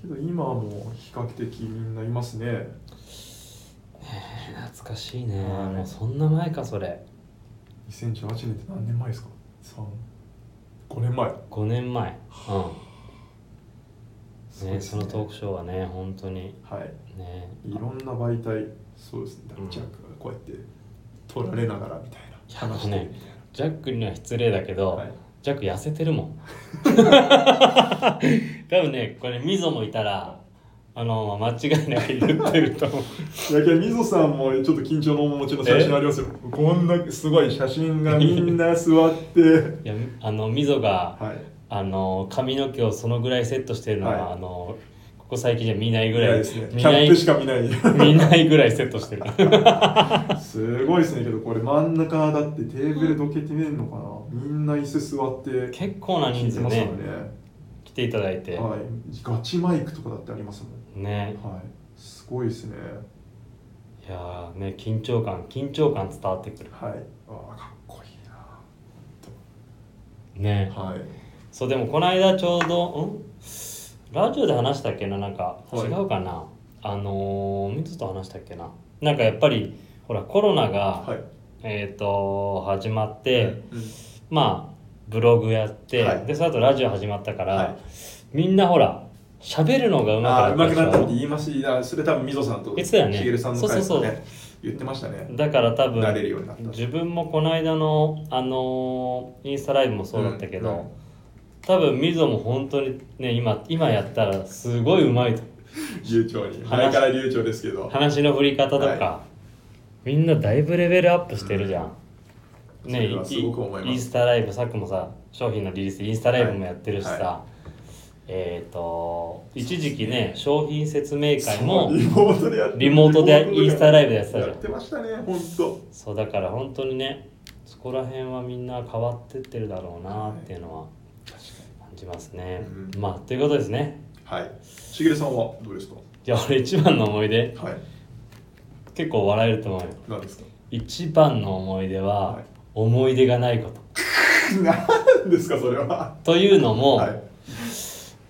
Speaker 2: けど今はもう比較的みんないますね
Speaker 1: えー懐かしいね
Speaker 2: はい
Speaker 1: もうそんな前かそれ
Speaker 2: 2018年って何年前ですか35年前
Speaker 1: 5年前うんねそのトー
Speaker 2: ク
Speaker 1: クショーはね本当に
Speaker 2: はい
Speaker 1: ね
Speaker 2: いろんな媒体そうですね
Speaker 1: うん
Speaker 2: ジャックがこうやって取られながらみたいな話してるみたい
Speaker 1: ジャックには失礼だけ
Speaker 2: な、
Speaker 1: ど、
Speaker 2: はい、
Speaker 1: ジャック痩せてるも
Speaker 2: [LAUGHS]
Speaker 1: ん多分ねこれミゾもいたらあの間違いなく言ってる
Speaker 2: [LAUGHS]
Speaker 1: と思う
Speaker 2: いやけどみぞさんもちょっと緊張の面持ちの写真ありますよこんなすごい写真がみんな座って
Speaker 1: いやあのミゾが
Speaker 2: [LAUGHS] はい
Speaker 1: あの髪の毛をそのぐらいセットしてるのは、
Speaker 2: はい
Speaker 1: あのここ最近じゃ見ないぐ
Speaker 2: い
Speaker 1: ら
Speaker 2: や
Speaker 1: い
Speaker 2: ですねキ
Speaker 1: 見
Speaker 2: ャ
Speaker 1: な
Speaker 2: ッ
Speaker 1: い
Speaker 2: プし [LAUGHS] か見ない
Speaker 1: [LAUGHS] 見ないぐらいセットしてる
Speaker 2: すごいですねけどこれ真ん中だってテーブルどけてみるのかなみんな椅子座って
Speaker 1: 結構な
Speaker 2: 聞
Speaker 1: 人
Speaker 2: いて
Speaker 1: 数
Speaker 2: ますよ
Speaker 1: ね
Speaker 2: ね
Speaker 1: 来ていただいて、
Speaker 2: はいガチマイクとかだってありますもん
Speaker 1: ね
Speaker 2: はいすごいですね
Speaker 1: いやーね緊張感緊張感伝わってくる
Speaker 2: はいああかっこいいな
Speaker 1: ね
Speaker 2: はい
Speaker 1: そうでもこの間ちょうどんラジオで話したっけななんか
Speaker 2: はい
Speaker 1: 違うかな、あのー、ミツと話したっけななんかやっぱりほらコロナが、
Speaker 2: はい
Speaker 1: えっ、と始まって、
Speaker 2: うん
Speaker 1: まあブログやって、
Speaker 2: はい
Speaker 1: でその後ラジオ始まったから、
Speaker 2: はい
Speaker 1: みんなほら喋るのが
Speaker 2: ああ
Speaker 1: う
Speaker 2: う
Speaker 1: ま
Speaker 2: ま
Speaker 1: く
Speaker 2: く
Speaker 1: な
Speaker 2: な
Speaker 1: っ
Speaker 2: ったた
Speaker 1: で
Speaker 2: っ
Speaker 1: してょ
Speaker 2: 言いますしそれ多分みぞさんと
Speaker 1: 言ってたよね
Speaker 2: しげるさんの回です
Speaker 1: そうそ
Speaker 2: か
Speaker 1: うそ
Speaker 2: ね言ってましたね
Speaker 1: だから多分
Speaker 2: 慣れるようになった
Speaker 1: 自分もこの間の、あのーインスタライブもそうだったけど、
Speaker 2: うんうん
Speaker 1: 多分みぞも本当にね今今やったらすごいうまいと
Speaker 2: 流暢に
Speaker 1: 話
Speaker 2: 前から流暢ですけど
Speaker 1: 話の振り方とか、
Speaker 2: は
Speaker 1: みんなだいぶレベルアップしてるじゃん、
Speaker 2: うんそ
Speaker 1: ね
Speaker 2: れはすごく思います
Speaker 1: インスタライブさっきもさ商品のリリースインスタライブもやってるしさ、
Speaker 2: はいは
Speaker 1: えっ、と一時期ね商品説明会も
Speaker 2: リモートでやって
Speaker 1: リモートでインスタライブでやってたじゃん
Speaker 2: やってましたね本当
Speaker 1: そうだから本当にねそこら辺はみんな変わってってるだろうなっていうのは
Speaker 2: 確か
Speaker 1: 感じますね、
Speaker 2: うん
Speaker 1: まあということですね
Speaker 2: にはいしげるさんはどうですか
Speaker 1: じゃあ俺一番の思い出
Speaker 2: はい
Speaker 1: 結構笑えると思うよ
Speaker 2: 何ですか [LAUGHS]
Speaker 1: 一番の思い出は、
Speaker 2: はい
Speaker 1: 思い出がないこと
Speaker 2: 何ですかそれは
Speaker 1: というのも、
Speaker 2: はい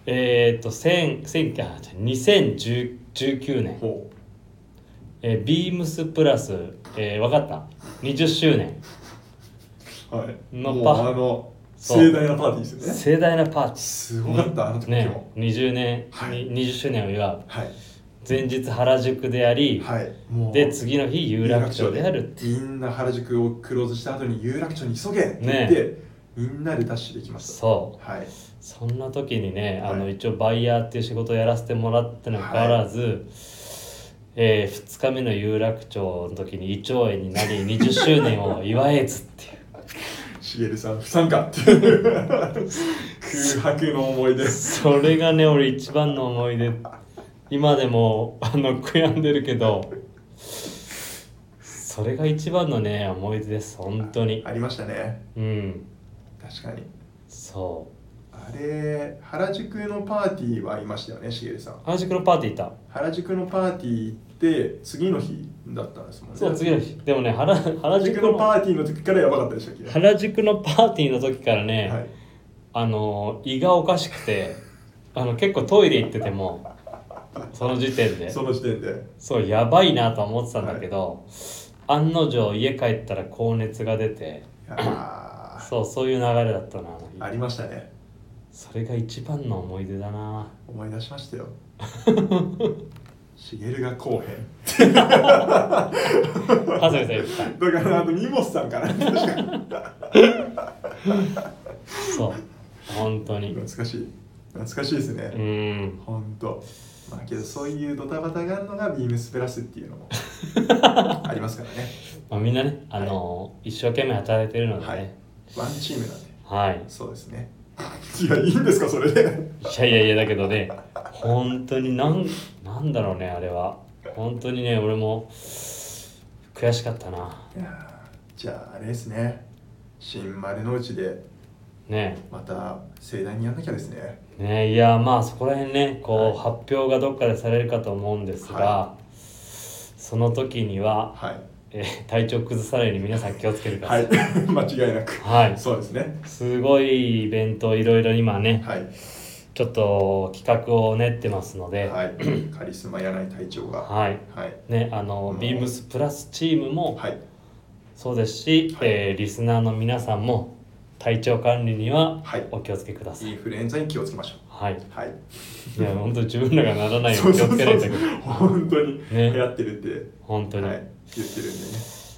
Speaker 1: えっ、ー、と1000 1000あ違う2019年、
Speaker 2: ほ
Speaker 1: えー、ビームスプラス、えー、分かった20周年
Speaker 2: うはい
Speaker 1: の
Speaker 2: もう
Speaker 1: パ
Speaker 2: あの
Speaker 1: そう
Speaker 2: 盛大なパーティーですよね
Speaker 1: 盛大なパーティ
Speaker 2: すごかったあの
Speaker 1: ー
Speaker 2: 時も、
Speaker 1: ね20年、
Speaker 2: はい
Speaker 1: に20周年を祝う
Speaker 2: はい
Speaker 1: 前日原宿であり、
Speaker 2: はいもう
Speaker 1: で次の日有楽町である
Speaker 2: みんな原宿をクローズした後に有楽町に急げって言
Speaker 1: ね
Speaker 2: って、みんなでダッシュできました
Speaker 1: そう
Speaker 2: はい
Speaker 1: そんな時にね、
Speaker 2: はい
Speaker 1: あの一応バイヤーっていう仕事をやらせてもらったのにかかわらず、え2日目の有楽町の時に胃腸炎になり20周年を祝えずっていう
Speaker 2: しげるさん不参加
Speaker 1: [LAUGHS]
Speaker 2: っていう空白の思い出
Speaker 1: それがね俺一番の思い出今でもあの悔やんでるけどそれが一番のね思い出です本当に
Speaker 2: ありましたね
Speaker 1: うん
Speaker 2: 確かに
Speaker 1: そう
Speaker 2: あれ原宿のパーティーはありましたよねしげるさん
Speaker 1: 原宿のパーティー行っ
Speaker 2: 原宿のパーティー行って次の日だったんですもん
Speaker 1: たそ
Speaker 2: ね
Speaker 1: う次の日でもね原原
Speaker 2: 原
Speaker 1: 宿
Speaker 2: 宿
Speaker 1: の
Speaker 2: のパーティーの時からやばかったでしたっけ
Speaker 1: 原宿のパーティーの時からね、
Speaker 2: はい
Speaker 1: あの胃がおかしくてあの結構トイレ行っててもその時点で
Speaker 2: その時点で
Speaker 1: そうやばいなとは思ってたんだけど、案の定家帰ったら高熱が出て
Speaker 2: いやー
Speaker 1: そうそういう流れだったな
Speaker 2: あ
Speaker 1: あの日
Speaker 2: りましたね
Speaker 1: それが一番の思い出だな
Speaker 2: 思い出しましたよしげるがこうへん
Speaker 1: 長谷部さん言ってた
Speaker 2: だからあとミモスさんから懐
Speaker 1: そう本当に
Speaker 2: かしい懐かしいですね、
Speaker 1: うん
Speaker 2: ほんとまあけどそういうドタバタがあるのがビームスプラスっていうのもありますからね
Speaker 1: まあ、みんなねあの、一生懸命働いてるのでね
Speaker 2: ワンチームなんで
Speaker 1: はい、
Speaker 2: そうですねいやいいんですかそれで
Speaker 1: いやいやいやだけどね本当になんなんだろうねあれは本当にね俺も悔しかったない
Speaker 2: やーじゃああれですね新丸の内で
Speaker 1: ね
Speaker 2: また盛大にやんなきゃですね
Speaker 1: えねえいやまあそこら辺ねこう、
Speaker 2: は
Speaker 1: 発表がどっかでされるかと思うんですが、
Speaker 2: は
Speaker 1: その時には、
Speaker 2: はい
Speaker 1: えー体調崩さないように皆さん気をつけてくだ
Speaker 2: は
Speaker 1: さ
Speaker 2: い
Speaker 1: い
Speaker 2: [LAUGHS] 間違いなく
Speaker 1: はい、
Speaker 2: そうですね
Speaker 1: すごいイベントいろいろ今ね
Speaker 2: はい
Speaker 1: ちょっと企画を練ってますのでは
Speaker 2: はい [COUGHS] カリスマ柳井隊長が
Speaker 1: い、
Speaker 2: はい
Speaker 1: ねあの、
Speaker 2: うん
Speaker 1: ビームスプラスチームも、
Speaker 2: はい
Speaker 1: そうですし、
Speaker 2: はい
Speaker 1: えーリスナーの皆さんも体調管理には
Speaker 2: はい
Speaker 1: お気をつけくださ
Speaker 2: イン
Speaker 1: い。
Speaker 2: フルエンザに気をつけましょう
Speaker 1: はい、
Speaker 2: はい
Speaker 1: いや本当に自分らがならないよう
Speaker 2: そう
Speaker 1: に気を
Speaker 2: [LAUGHS] そうそ
Speaker 1: つ
Speaker 2: う
Speaker 1: けないといけない。
Speaker 2: 本当に
Speaker 1: ね
Speaker 2: 流行ってるって
Speaker 1: 本当に。
Speaker 2: は
Speaker 1: はいい、、
Speaker 2: 言ってるんでね。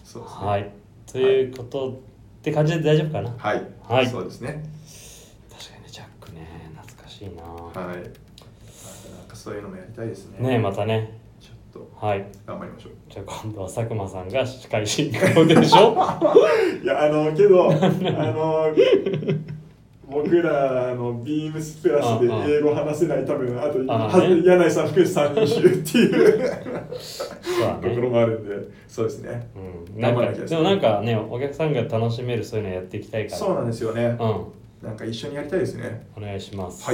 Speaker 2: そうですね。
Speaker 1: ということって感じで大丈夫かな。確か
Speaker 2: はい。
Speaker 1: はい
Speaker 2: そうですね。
Speaker 1: にねジャックね懐かしいな。
Speaker 2: はい。またなんかそういうのもやりたいですね。
Speaker 1: ねえまたね
Speaker 2: ちょっと
Speaker 1: はい
Speaker 2: 頑張りましょう。
Speaker 1: じゃあ今度は佐久間さんが司会進行でし
Speaker 2: [LAUGHS]
Speaker 1: ょ。
Speaker 2: いや、あの、けど、あの、僕らのビームスプラスで
Speaker 1: うんうん
Speaker 2: 英語話せない多分、あと、
Speaker 1: あ
Speaker 2: は
Speaker 1: ね
Speaker 2: 柳井さん含め3人集っ
Speaker 1: [LAUGHS]
Speaker 2: ていう
Speaker 1: そうだ
Speaker 2: とこ
Speaker 1: ね。
Speaker 2: ろもあるんで、そうですね。
Speaker 1: うん、なんか
Speaker 2: 頑張らなきゃです
Speaker 1: で
Speaker 2: ね
Speaker 1: もなんかねお客さんが楽しめるそういうのやっていきたいから
Speaker 2: そうなんですよね
Speaker 1: う。ん
Speaker 2: なんか一緒にやりたいですね。
Speaker 1: お願いします。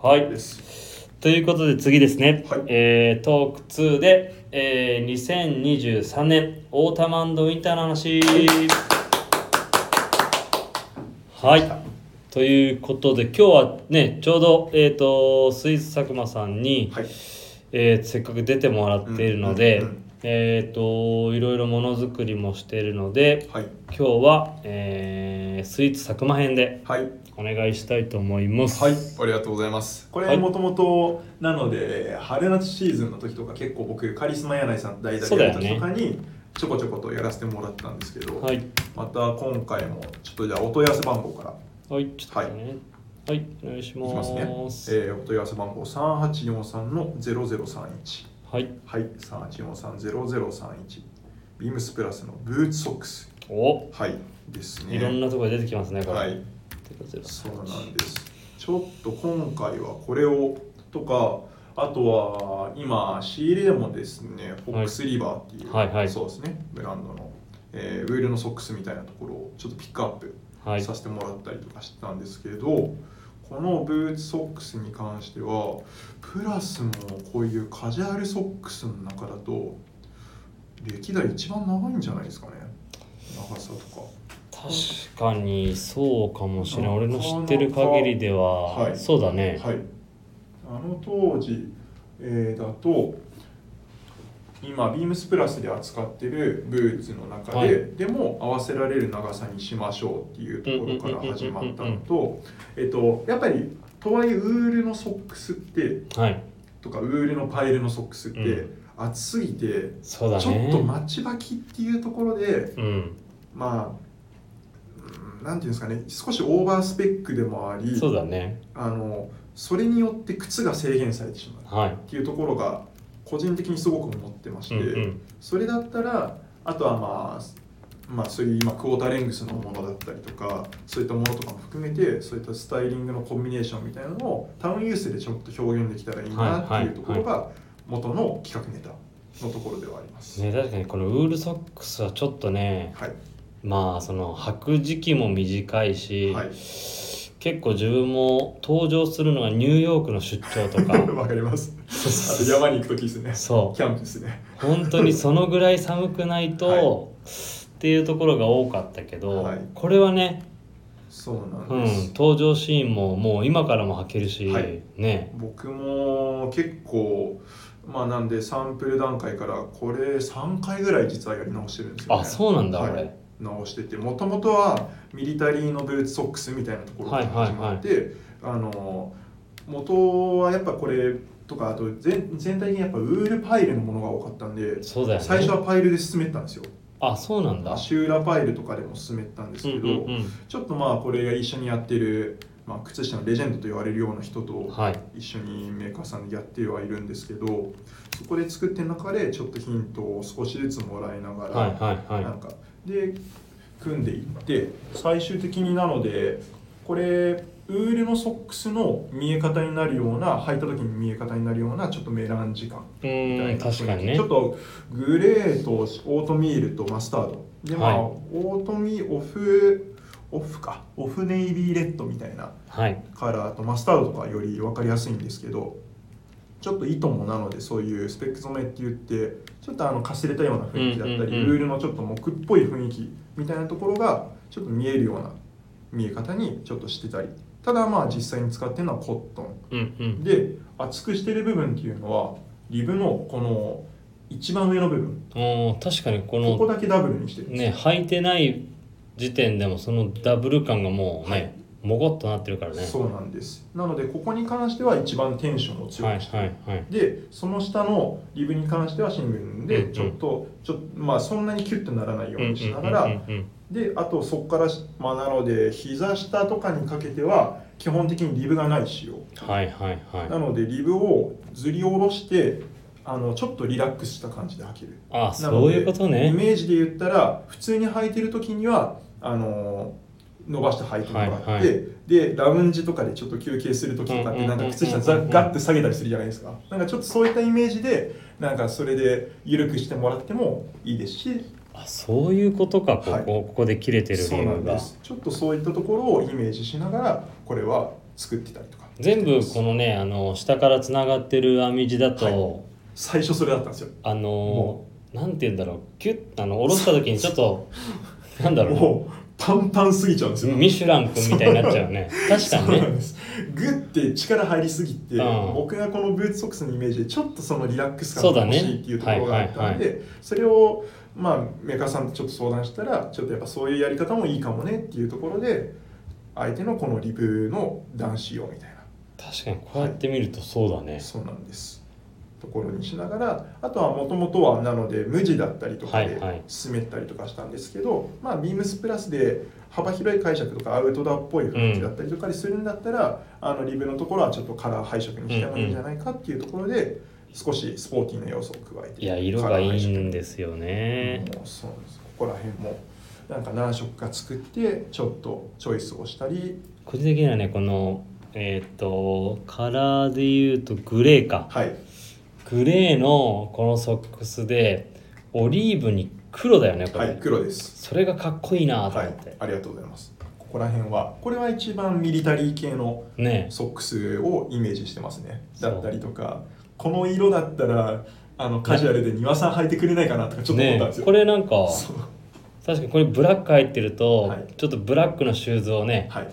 Speaker 2: はい。
Speaker 1: はい
Speaker 2: で。す。
Speaker 1: ということで次ですね、
Speaker 2: はい
Speaker 1: えートーク2で、えー2023年オータマンドウィンターの話はいということで今日はねちょうど、えー、とスイーツ佐久間さんに、
Speaker 2: はい。
Speaker 1: えーせっかく出てもらっているので、
Speaker 2: うんうんうん
Speaker 1: えっ、といろいろものづくりもしているので
Speaker 2: はい。
Speaker 1: 今日は、えースイーツ佐久間編で
Speaker 2: はい。
Speaker 1: お願いしたいと思います。
Speaker 2: はい、ありがとうございます。こ
Speaker 1: は
Speaker 2: れ
Speaker 1: い
Speaker 2: もともとなので、春夏シーズンの時とか結構僕カリスマ柳井さんと代打
Speaker 1: そう
Speaker 2: で
Speaker 1: だ
Speaker 2: や
Speaker 1: よ
Speaker 2: った
Speaker 1: ね
Speaker 2: 時とかにちょこちょことやらせてもらったんですけど、
Speaker 1: はい
Speaker 2: また今回もちょっとじゃあお問い合わせ番号から
Speaker 1: はい、ちょっと待ってね。はい、お願いし
Speaker 2: いき
Speaker 1: ま。
Speaker 2: ますすね。えーお問い合わせ番号三八四三のゼロゼロ三一。
Speaker 1: はい、
Speaker 2: はい、三八四三ゼロゼロ三一。ビームスプラスのブーツソックス
Speaker 1: お
Speaker 2: はいですね
Speaker 1: いろんなところで出てきますね、これ。
Speaker 2: はい
Speaker 1: 008
Speaker 2: そうなんですちょっと今回はこれをとかあとは今仕入れでもですねフォックスリバーっていう、
Speaker 1: はいはい
Speaker 2: そうですねブランドの、えーウールのソックスみたいなところをちょっとピックアップ
Speaker 1: はい。
Speaker 2: させてもらったりとかしてたんですけれど、このブーツソックスに関してはプラスもこういうカジュアルソックスの中だと歴代一番長いんじゃないですかね長さとか。
Speaker 1: 確かにそうかもしれない。
Speaker 2: うん
Speaker 1: 俺の知ってる限りでは、
Speaker 2: はい
Speaker 1: そうだね。
Speaker 2: はい、あの当時、えーだと今ビームスプラスで扱ってるブーツの中で、
Speaker 1: はい
Speaker 2: でも合わせられる長さにしましょうっていうところから始まったのと、えっと、やっぱりとはいえウールのソックスって
Speaker 1: はい。
Speaker 2: とかウールのパイルのソックスって、
Speaker 1: う
Speaker 2: 厚すぎて
Speaker 1: そうだね。
Speaker 2: ちょっと待ちばきっていうところで
Speaker 1: うん。
Speaker 2: まあうんなんていうんですかね少しオーバースペックでもあり
Speaker 1: そうだね。
Speaker 2: あのそれによって靴が制限されてしまう
Speaker 1: はい。
Speaker 2: っていうところが個人的にすごく思ってまして、
Speaker 1: うんうん。
Speaker 2: それだったらあとはまあ、まあ、そういう今クォーターレングスのものだったりとかそういったものとかも含めてそういったスタイリングのコンビネーションみたいなのをタウンユースでちょっと表現できたらいいなっていうところが元の企画ネタのところではあります。
Speaker 1: ね、確かにこのウールソックスはちょっとね
Speaker 2: はい、
Speaker 1: まあその履く時期も短いし、
Speaker 2: はい、 [LAUGHS]
Speaker 1: 結構自分も登場するのがニューヨークの出張と
Speaker 2: [LAUGHS]
Speaker 1: か
Speaker 2: わかり
Speaker 1: [LAUGHS]
Speaker 2: ます。あと山に行くときですね。
Speaker 1: そう
Speaker 2: キャンプですね。
Speaker 1: 本当にそのぐらい寒くないと、っていうところが多かったけど、
Speaker 2: はい
Speaker 1: これはね、
Speaker 2: そう
Speaker 1: う
Speaker 2: なん
Speaker 1: ん
Speaker 2: です。、
Speaker 1: 登場シーンももう今からも履けるし、
Speaker 2: はい
Speaker 1: ね
Speaker 2: 僕も結構まあなんでサンプル段階からこれ3回ぐらい実はやり直してるんですよ、ね、
Speaker 1: あそうなんだ、
Speaker 2: はい
Speaker 1: これ
Speaker 2: 直しててもともとはミリタリーのブーツソックスみたいなところから始まって、あの元はやっぱこれとかあと全全体的にやっぱウールパイルのものが多かったんで
Speaker 1: そうだよね
Speaker 2: 最初はパイルで進めてたんですよ
Speaker 1: あそうなんだ
Speaker 2: シューラパイルとかでも進めてたんです
Speaker 1: うん
Speaker 2: けど、
Speaker 1: うん
Speaker 2: ちょっとまあこれが一緒にやってる、まあ、靴下のレジェンドと言われるような人と、
Speaker 1: うんはい
Speaker 2: 一緒にメーカーさんでやってはいるんですけどそこで作ってる中でちょっとヒントを少しずつもらいながら、
Speaker 1: はいはい
Speaker 2: な
Speaker 1: は
Speaker 2: んかで組んでいって最終的になのでこれウールのソックスの見え方になるような履いた時に見え方になるようなちょっとメラン時間
Speaker 1: いうん確かにね
Speaker 2: ちょっとグレーとオートミールとマスタードでまあ、
Speaker 1: はい
Speaker 2: オートミーオフオフかオフネイビーレッドみたいな
Speaker 1: はい
Speaker 2: カラーとマスタードとかより分かりやすいんですけどちょっと糸もなのでそういうスペック染めって言ってちょっとあのかすれたような雰囲気だったり、
Speaker 1: うんうんうん
Speaker 2: ルールのちょっと木っぽい雰囲気みたいなところがちょっと見えるような見え方にちょっとしてたりただまあ実際に使ってるのはコットン
Speaker 1: うんうん
Speaker 2: で厚くしてる部分っていうのはリブのこの一番上の部分
Speaker 1: うん確かにこ
Speaker 2: ここ
Speaker 1: の
Speaker 2: だけダブルにしてるんですよ
Speaker 1: ね履いてない時点でもそのダブル感がもうね、
Speaker 2: はい
Speaker 1: もごっとなってるからね
Speaker 2: そうなんですなのでここに関しては一番テンションを強
Speaker 1: はい
Speaker 2: くしてる
Speaker 1: はいはい
Speaker 2: でその下のリブに関してはシングル
Speaker 1: うんう
Speaker 2: で
Speaker 1: ん
Speaker 2: ちょっと、ちょっとまあそんなにキュッとならないようにしなが
Speaker 1: うんうん
Speaker 2: ら
Speaker 1: うんうんうん
Speaker 2: であとそこからしまあなので膝下とかにかけては基本的にリブがない仕様
Speaker 1: はいはい
Speaker 2: な
Speaker 1: はい
Speaker 2: のでリブをずり下ろしてあのちょっとリラックスした感じで履ける
Speaker 1: あ
Speaker 2: なの
Speaker 1: そう
Speaker 2: で
Speaker 1: いうこと
Speaker 2: イ
Speaker 1: ね
Speaker 2: メージで言ったら普通に履いてる時にはあの伸ばして履いてもらっ
Speaker 1: は
Speaker 2: て、
Speaker 1: いはい
Speaker 2: でラウンジとかでちょっと休憩する時とかっ
Speaker 1: うんうんうんう
Speaker 2: て
Speaker 1: ん
Speaker 2: なんか靴下ザッガッて下げたりするじゃないですかなんかちょっとそういったイメージでなんかそれで緩くしてもらってもいいですし
Speaker 1: あそういうことかここ,、
Speaker 2: はい
Speaker 1: ここで切れてる理
Speaker 2: そうな
Speaker 1: 由
Speaker 2: ん
Speaker 1: が
Speaker 2: ですちょっとそういったところをイメージしながらこれは作ってたりとか
Speaker 1: 全部このねあの下からつながってる編み地だと、
Speaker 2: は最初それだったんですよ
Speaker 1: あの
Speaker 2: も
Speaker 1: なんて言うんだろうキュッあの下ろした時にちょっとなんだろうね
Speaker 2: もうパンパンすぎちゃうんですよ
Speaker 1: ミシュラン君みたいになっちゃうね確かに
Speaker 2: [LAUGHS] そうなん
Speaker 1: ね
Speaker 2: ですグッて力入りすぎて、
Speaker 1: うん
Speaker 2: 僕がこのブーツソックスのイメージでちょっとそのリラックス
Speaker 1: そ
Speaker 2: 感
Speaker 1: うだ
Speaker 2: が
Speaker 1: ね
Speaker 2: 欲しいっていうところがあったんでそ,、れを、まあ、メーカーさんとちょっと相談したらちょっとやっぱそういうやり方もいいかもねっていうところで相手のこのリブの男子用みたい
Speaker 1: 確かにこうやって見るとそうだね
Speaker 2: な、そうなんですところにしながらあとはもともとはなので無地だったりとか
Speaker 1: はいはい
Speaker 2: で進めたりとかしたんですけど、まあビームスプラスで幅広い解釈とかアウトドアっぽい雰囲気だったりとかにするんだったら、あのリブのところはちょっとカラー配色にしてもいいんじゃないかっていうところで、少しスポーティーな要素を加えて
Speaker 1: いや色がいいん
Speaker 2: で
Speaker 1: ですよね、
Speaker 2: もうそうですここら辺もなんか何色か作ってちょっとチョイスをしたり
Speaker 1: 個人的にはねこのえーっ、とカラーで言うとグレーか
Speaker 2: はい
Speaker 1: グレーのこのソックスでオリーブに黒だよねこれ、
Speaker 2: はい黒です
Speaker 1: それがかっこいいなと
Speaker 2: は
Speaker 1: 思っ
Speaker 2: い
Speaker 1: て、
Speaker 2: ありがとうございますここら辺はこれは一番ミリタリー系の
Speaker 1: ね
Speaker 2: ソックスをイメージしてますね
Speaker 1: そう
Speaker 2: だったりとかこの色だったらあのカジュアルで庭さん履いてくれないかなとかちょっと思ったん
Speaker 1: ね
Speaker 2: ですよ、
Speaker 1: これなんか
Speaker 2: そう
Speaker 1: 確かにこれブラック入ってると、
Speaker 2: はい
Speaker 1: ちょっとブラックのシューズをね
Speaker 2: はい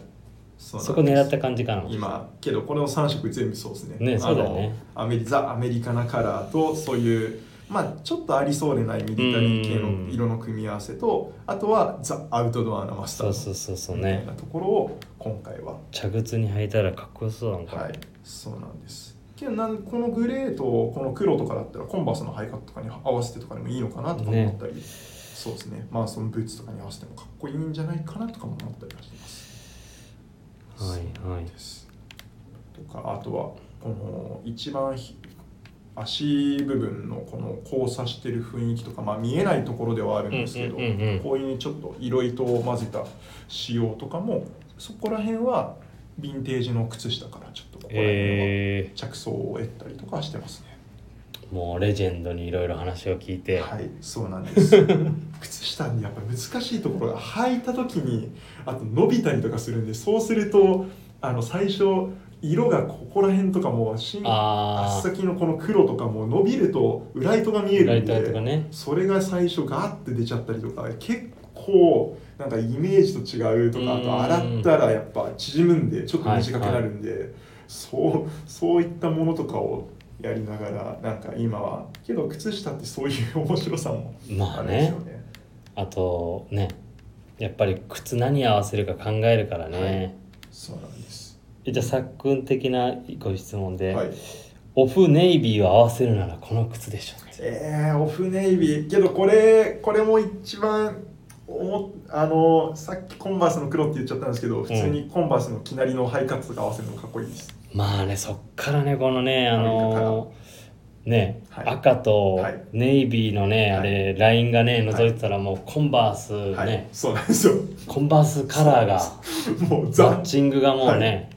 Speaker 2: そ
Speaker 1: そこ狙った感じかな
Speaker 2: 今けどこの3色全部そうですね
Speaker 1: ねそうだよね
Speaker 2: あのアメリザ・アメリカなカラーとそういうまあちょっとありそうでないミリタリー系の色の組み合わせとあとはザ・アウトドアなマスタ
Speaker 1: そう
Speaker 2: ー
Speaker 1: そうそうそう
Speaker 2: みたい
Speaker 1: ね
Speaker 2: なところを今回は
Speaker 1: 着靴に履いたらかっこよそうなんか、
Speaker 2: はいそうなんですけどなんこのグレーとこの黒とかだったらコンバースのハイカットとかに合わせてとかでもいいのかなとか思ったり、そうですねまあそのブーツとかに合わせてもかっこいいんじゃないかなとかも思ったりはしてます
Speaker 1: はいはい
Speaker 2: ですとかあとはこの一番ひ足部分のこの交差してる雰囲気とか、まあ、見えないところではあるんですけど、
Speaker 1: うんうんうんうん
Speaker 2: こういうちょっと色糸を混ぜた仕様とかもそこら辺はヴィンテージの靴下からちょっとここら辺は
Speaker 1: え
Speaker 2: 着想を得たりとかしてますね。
Speaker 1: ー、もうレジェンドにいろいろ話を聞いて、
Speaker 2: はい、そうなんです。 [LAUGHS] 靴下にやっぱ難しいところが履いた時にあと伸びたりとかするんで、そうするとあの最初色がここら辺とかも新
Speaker 1: ああ
Speaker 2: 先のこの黒とかも伸びると裏糸が見え
Speaker 1: ラ
Speaker 2: るん
Speaker 1: イター
Speaker 2: で、
Speaker 1: とかね
Speaker 2: それが最初ガーって出ちゃったりとか結構なんかイメージと違うとかあ
Speaker 1: うん
Speaker 2: と洗ったらやっぱ縮むんでちょっと短くなるんで、そうそういったものとかをやりながらなんか今はけど靴下ってそういう面白さも
Speaker 1: ま
Speaker 2: あ
Speaker 1: あ
Speaker 2: るんです
Speaker 1: ね
Speaker 2: よね。
Speaker 1: あとねやっぱり靴何合わせるか考えるからね、
Speaker 2: そうなんです。
Speaker 1: えじゃあさっくん的なご質問で、
Speaker 2: はい。
Speaker 1: オフネイビーを合わせるならこの靴でしょって
Speaker 2: えー、オフネイビーけどこれこれも一番おあのさっきコンバースの黒って言っちゃったんですけど普通にコンバースのきなりのハイカットとか合わせるのかっこいいです。
Speaker 1: まあねそっからねこのねあのね、
Speaker 2: はい
Speaker 1: 赤と
Speaker 2: はい
Speaker 1: ネイビーのね、あれラインがね覗いてたらもうコンバースね、
Speaker 2: はい、そうなんですよ。 [LAUGHS]
Speaker 1: コンバースカラーが
Speaker 2: もう
Speaker 1: ザ
Speaker 2: ザ
Speaker 1: ッチングがもうね、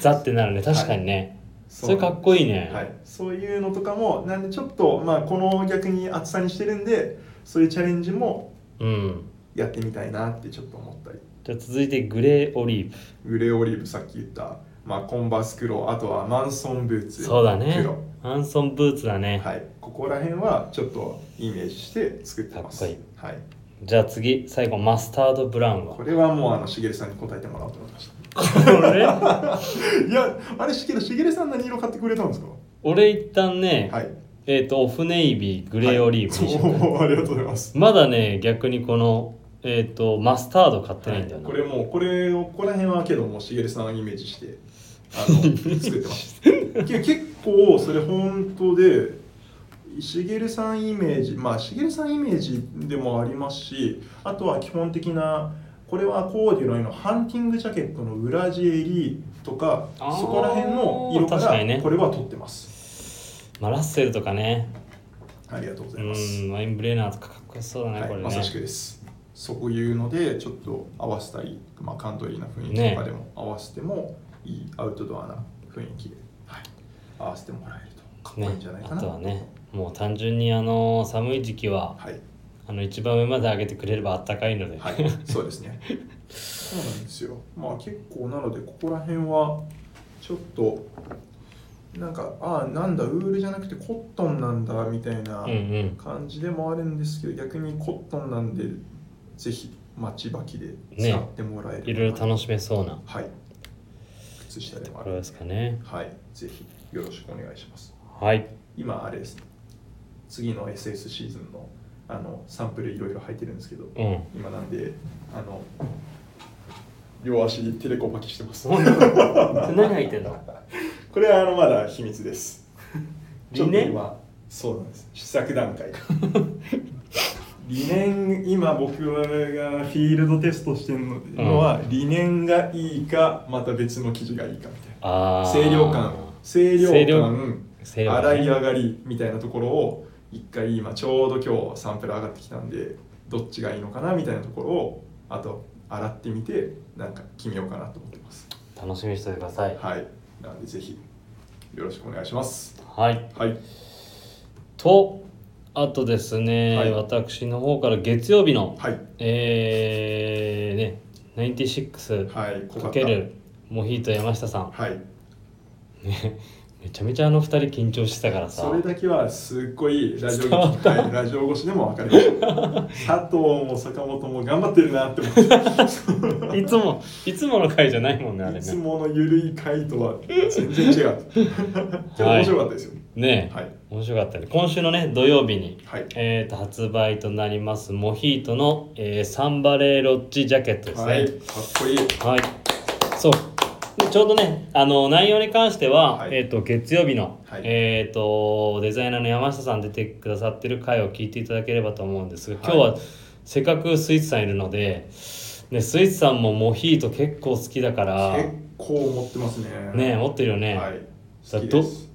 Speaker 1: ザってなるね確かにね、それかっこいいね、
Speaker 2: はい、そういうのとかもなんでちょっと、まあ、この逆に厚さにしてるんでそういうチャレンジも
Speaker 1: うん
Speaker 2: やってみたいなってちょっと思ったり
Speaker 1: じゃあ続いてグレーオリーブ
Speaker 2: グレーオリーブさっき言った、まあ、コンバース黒あとはマンソンブーツ
Speaker 1: そうだね
Speaker 2: 黒
Speaker 1: アンソンブーツだね、
Speaker 2: はい、ここら辺はちょっとイメージして作ってます
Speaker 1: かっこいい
Speaker 2: はい、
Speaker 1: じゃあ次最後マスタードブラウンは
Speaker 2: これはもうあのしげるさんに答えてもらおうと思いました
Speaker 1: 俺
Speaker 2: いやあれしげるしげるさん何色買ってくれたんですか
Speaker 1: 俺一旦ね、
Speaker 2: はい
Speaker 1: えっ、とオフネイビーグレーオリーブにしようかな、
Speaker 2: そうありがとうござい [LAUGHS] ます
Speaker 1: まだね逆にこのえっ、とマスタード買ってないんだよな、
Speaker 2: これもうこれをここら辺はけどもうしげるさんをイメージしてあ
Speaker 1: [LAUGHS]
Speaker 2: の作ってますけど結構それ本当でしげるさんイメージまあしげるさんイメージでもありますしあとは基本的なこれはコーデュロイのハンティングジャケットの裏地襟とか
Speaker 1: あー
Speaker 2: そこら辺の色か
Speaker 1: 確かにね
Speaker 2: らこれは取ってます、
Speaker 1: まあ、ラッセルとかね
Speaker 2: ありがとうご
Speaker 1: う
Speaker 2: ざいます、
Speaker 1: んワインブレーナーとかかっこよそうだね、
Speaker 2: はい
Speaker 1: これね
Speaker 2: まさしくですそういうのでちょっと合わせたり、まあ、カントリーな雰囲気とかでも合わせてもいいアウトドアな雰囲気で、はい、合わせてもらえるとかっこいいんじゃないかな、
Speaker 1: ね、あとはねもう単純にあの寒い時期は
Speaker 2: はい、
Speaker 1: あの一番上まで上げてくれればあったかいので、 [LAUGHS]
Speaker 2: はい、 [LAUGHS] そうですねそうなんですよまあ結構なのでここら辺はちょっとなんかああなんだウールじゃなくてコットンなんだみたいな、
Speaker 1: うんうん
Speaker 2: 感じでもあるんですけど逆にコットンなんでぜひ待ちばきで使ってもらえる、
Speaker 1: いろいろ楽しめそうな
Speaker 2: はい靴下でもあ
Speaker 1: これ
Speaker 2: る
Speaker 1: ですかね
Speaker 2: はいぜひよろしくお願いします
Speaker 1: はい
Speaker 2: 今あれです次の SS シーズンのあのサンプルいろいろ入ってるんですけど
Speaker 1: うん
Speaker 2: 今なんであの両足テレコ巻きしてます [LAUGHS]
Speaker 1: そんなの何入ってんの
Speaker 2: これはあのまだ秘密です。
Speaker 1: [LAUGHS] 理念
Speaker 2: ちょっと今そうなんです。試作段階。 [LAUGHS] 理念今僕がフィールドテストしてるのは、理念がいいかまた別の生地がいいかみたい
Speaker 1: あ
Speaker 2: な。
Speaker 1: ー
Speaker 2: 清涼感、清涼
Speaker 1: 清
Speaker 2: 感
Speaker 1: 涼、性力
Speaker 2: 洗い上がりみたいなところを一回今ちょうど今日サンプル上がってきたんでどっちがいいのかなみたいなところをあと洗ってみてなんか決めようかなと思ってます
Speaker 1: 楽しみにしておいてください
Speaker 2: はいなのでぜひよろしくお願いします
Speaker 1: はい
Speaker 2: はい
Speaker 1: とあとですね、
Speaker 2: はい
Speaker 1: 私の方から月曜日の
Speaker 2: はい
Speaker 1: えー、ね96
Speaker 2: はい濃
Speaker 1: かけるモヒート山下さん
Speaker 2: はい
Speaker 1: ねめちゃめちゃあの二人緊張してたからさ
Speaker 2: それだけはすっごいラジ
Speaker 1: 伝
Speaker 2: オ
Speaker 1: わった
Speaker 2: はいラジオ越しでも分かりました
Speaker 1: [LAUGHS]
Speaker 2: 佐藤も坂本も頑張ってるなって思って
Speaker 1: いつもいつもの回じゃないもんねあれ
Speaker 2: いつ
Speaker 1: ね
Speaker 2: ものゆるい回とは全然
Speaker 1: [LAUGHS]
Speaker 2: 違うけど面白かったですよ
Speaker 1: ねえ
Speaker 2: はい
Speaker 1: 面白かったね今週のね土曜日に、
Speaker 2: はい
Speaker 1: えー、と発売となりますモヒートの、えーサンバレーロッジジャケットですね
Speaker 2: はいかっこいい
Speaker 1: はい、そうでちょうどねあの内容に関しては、
Speaker 2: はい
Speaker 1: えー、と月曜日の、
Speaker 2: はい
Speaker 1: えー、とデザイナーの山下さん出てくださってる回を聞いていただければと思うんですが今日はせっかくスイーツさんいるので、ね、スイーツさんもモヒート結構好きだから
Speaker 2: 結構持ってますね
Speaker 1: ね持ってるよね、
Speaker 2: はい
Speaker 1: だ
Speaker 2: 好きです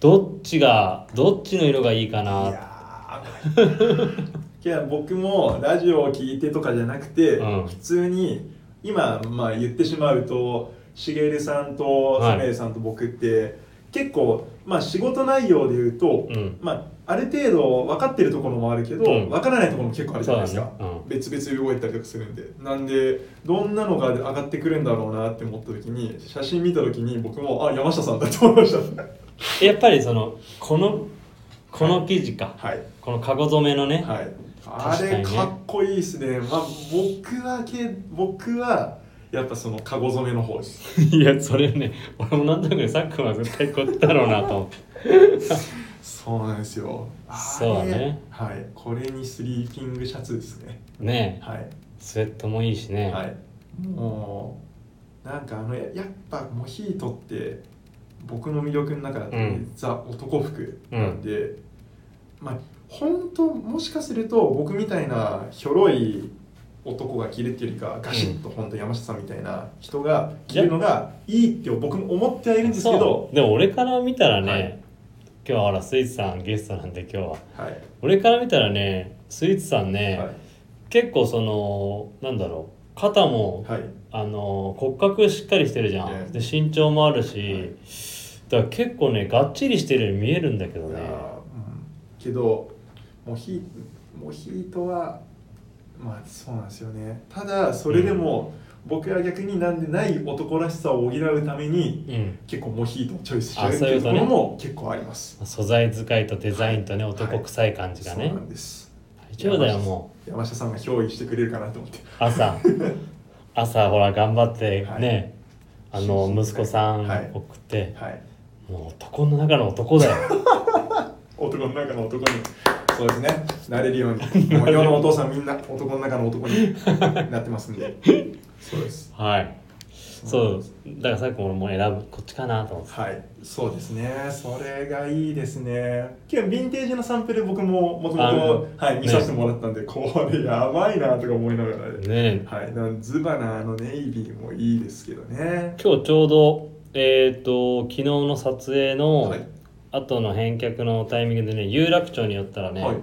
Speaker 1: どっちがどっちの色がいいか
Speaker 2: い
Speaker 1: な
Speaker 2: やーい [LAUGHS] や僕もラジオを聞いてとかじゃなくて、
Speaker 1: うん
Speaker 2: 普通に今、まあ、言ってしまうとしげるさんと
Speaker 1: はい
Speaker 2: サメイさんと僕って、結構、まあ、仕事内容で言うと、
Speaker 1: うん
Speaker 2: まあ、ある程度分かってるところもあるけど、
Speaker 1: うん
Speaker 2: 分からないところも結構あるじゃないですか、
Speaker 1: そうだねう
Speaker 2: 別々で動いたりとかするんでなんでどんなのが上がってくるんだろうなって思った時に写真見た時に僕もあ山下さんだと思い
Speaker 1: [LAUGHS]
Speaker 2: ました。
Speaker 1: やっぱりそのこのこの生地か、
Speaker 2: はい
Speaker 1: このカゴ染めのね、
Speaker 2: はい、あ
Speaker 1: 確かにね
Speaker 2: れかっこいいですね、まあ、僕はけ僕はやっぱそのカゴ染めの方です
Speaker 1: いやそれね俺もなんとなくさっくんは絶対こっちだろうなと思って
Speaker 2: そうなんですよあれ
Speaker 1: そうだね
Speaker 2: はいこれにスリーピングシャツですね
Speaker 1: ねえ
Speaker 2: はい、
Speaker 1: スウェットもいいしね、
Speaker 2: はいもうなんかあのややっぱモヒートって僕の魅力の中だと、ね
Speaker 1: うん
Speaker 2: ザ男服なんで、まあ本当もしかすると僕みたいなひょろい男が着るっていうよりかガシッと本当山下さんみたいな人が着るのがいいって僕も思ってはいるんですけど
Speaker 1: そうでも俺から見たらね、
Speaker 2: はい
Speaker 1: 今日はほらスイーツさんゲストなんで今日は
Speaker 2: はい、
Speaker 1: 俺から見たらねスイーツさんね、
Speaker 2: はい
Speaker 1: 結構そのなんだろう肩も、
Speaker 2: はい
Speaker 1: あの骨格しっかりしてるじゃん、
Speaker 2: ね
Speaker 1: で身長もあるし、
Speaker 2: はい
Speaker 1: だから結構ねがっちりしてるように見えるんだけど
Speaker 2: い
Speaker 1: ね
Speaker 2: やーうんけどモヒモヒートはまあそうなんですよねただそれでも、僕は逆になんでない男らしさを補うために
Speaker 1: うん
Speaker 2: 結構モヒートをチョイスしちゃう
Speaker 1: あ
Speaker 2: って
Speaker 1: そうい
Speaker 2: いうう
Speaker 1: ことと
Speaker 2: こ
Speaker 1: ね
Speaker 2: ろも結構あります、
Speaker 1: 素材使いとデザインとね、
Speaker 2: はい
Speaker 1: 男臭い感じがね
Speaker 2: そうなんです
Speaker 1: 大丈夫だよもう
Speaker 2: 山下さんが憑依してくれるかなと思って
Speaker 1: 朝朝ほら頑張って
Speaker 2: はい
Speaker 1: ね、あの
Speaker 2: そうです
Speaker 1: 息
Speaker 2: ね
Speaker 1: 子さん
Speaker 2: はい
Speaker 1: 送って、
Speaker 2: はい
Speaker 1: もう男の中の男だよ
Speaker 2: [LAUGHS] 男の中の男にそうですねなれるようにもう世のお父さんみんな男の中の男になってますん
Speaker 1: [LAUGHS]
Speaker 2: でそうです
Speaker 1: はい
Speaker 2: なん
Speaker 1: そ
Speaker 2: で
Speaker 1: う
Speaker 2: す
Speaker 1: だからさっきも俺も選ぶこっちかなと思って
Speaker 2: はい、そうですね。それがいいですね。今日ヴィンテージのサンプル僕ももと
Speaker 1: あ
Speaker 2: も
Speaker 1: の
Speaker 2: とはい見させてもらったんで、これやばいなとか思いながら、
Speaker 1: たね
Speaker 2: はい、なんズバナーのネイビーもいいですけどね。
Speaker 1: 今日ちょうどえっ、と昨日の撮影の
Speaker 2: はい
Speaker 1: 後の返却のタイミングでね有楽町に寄ったらね、
Speaker 2: はい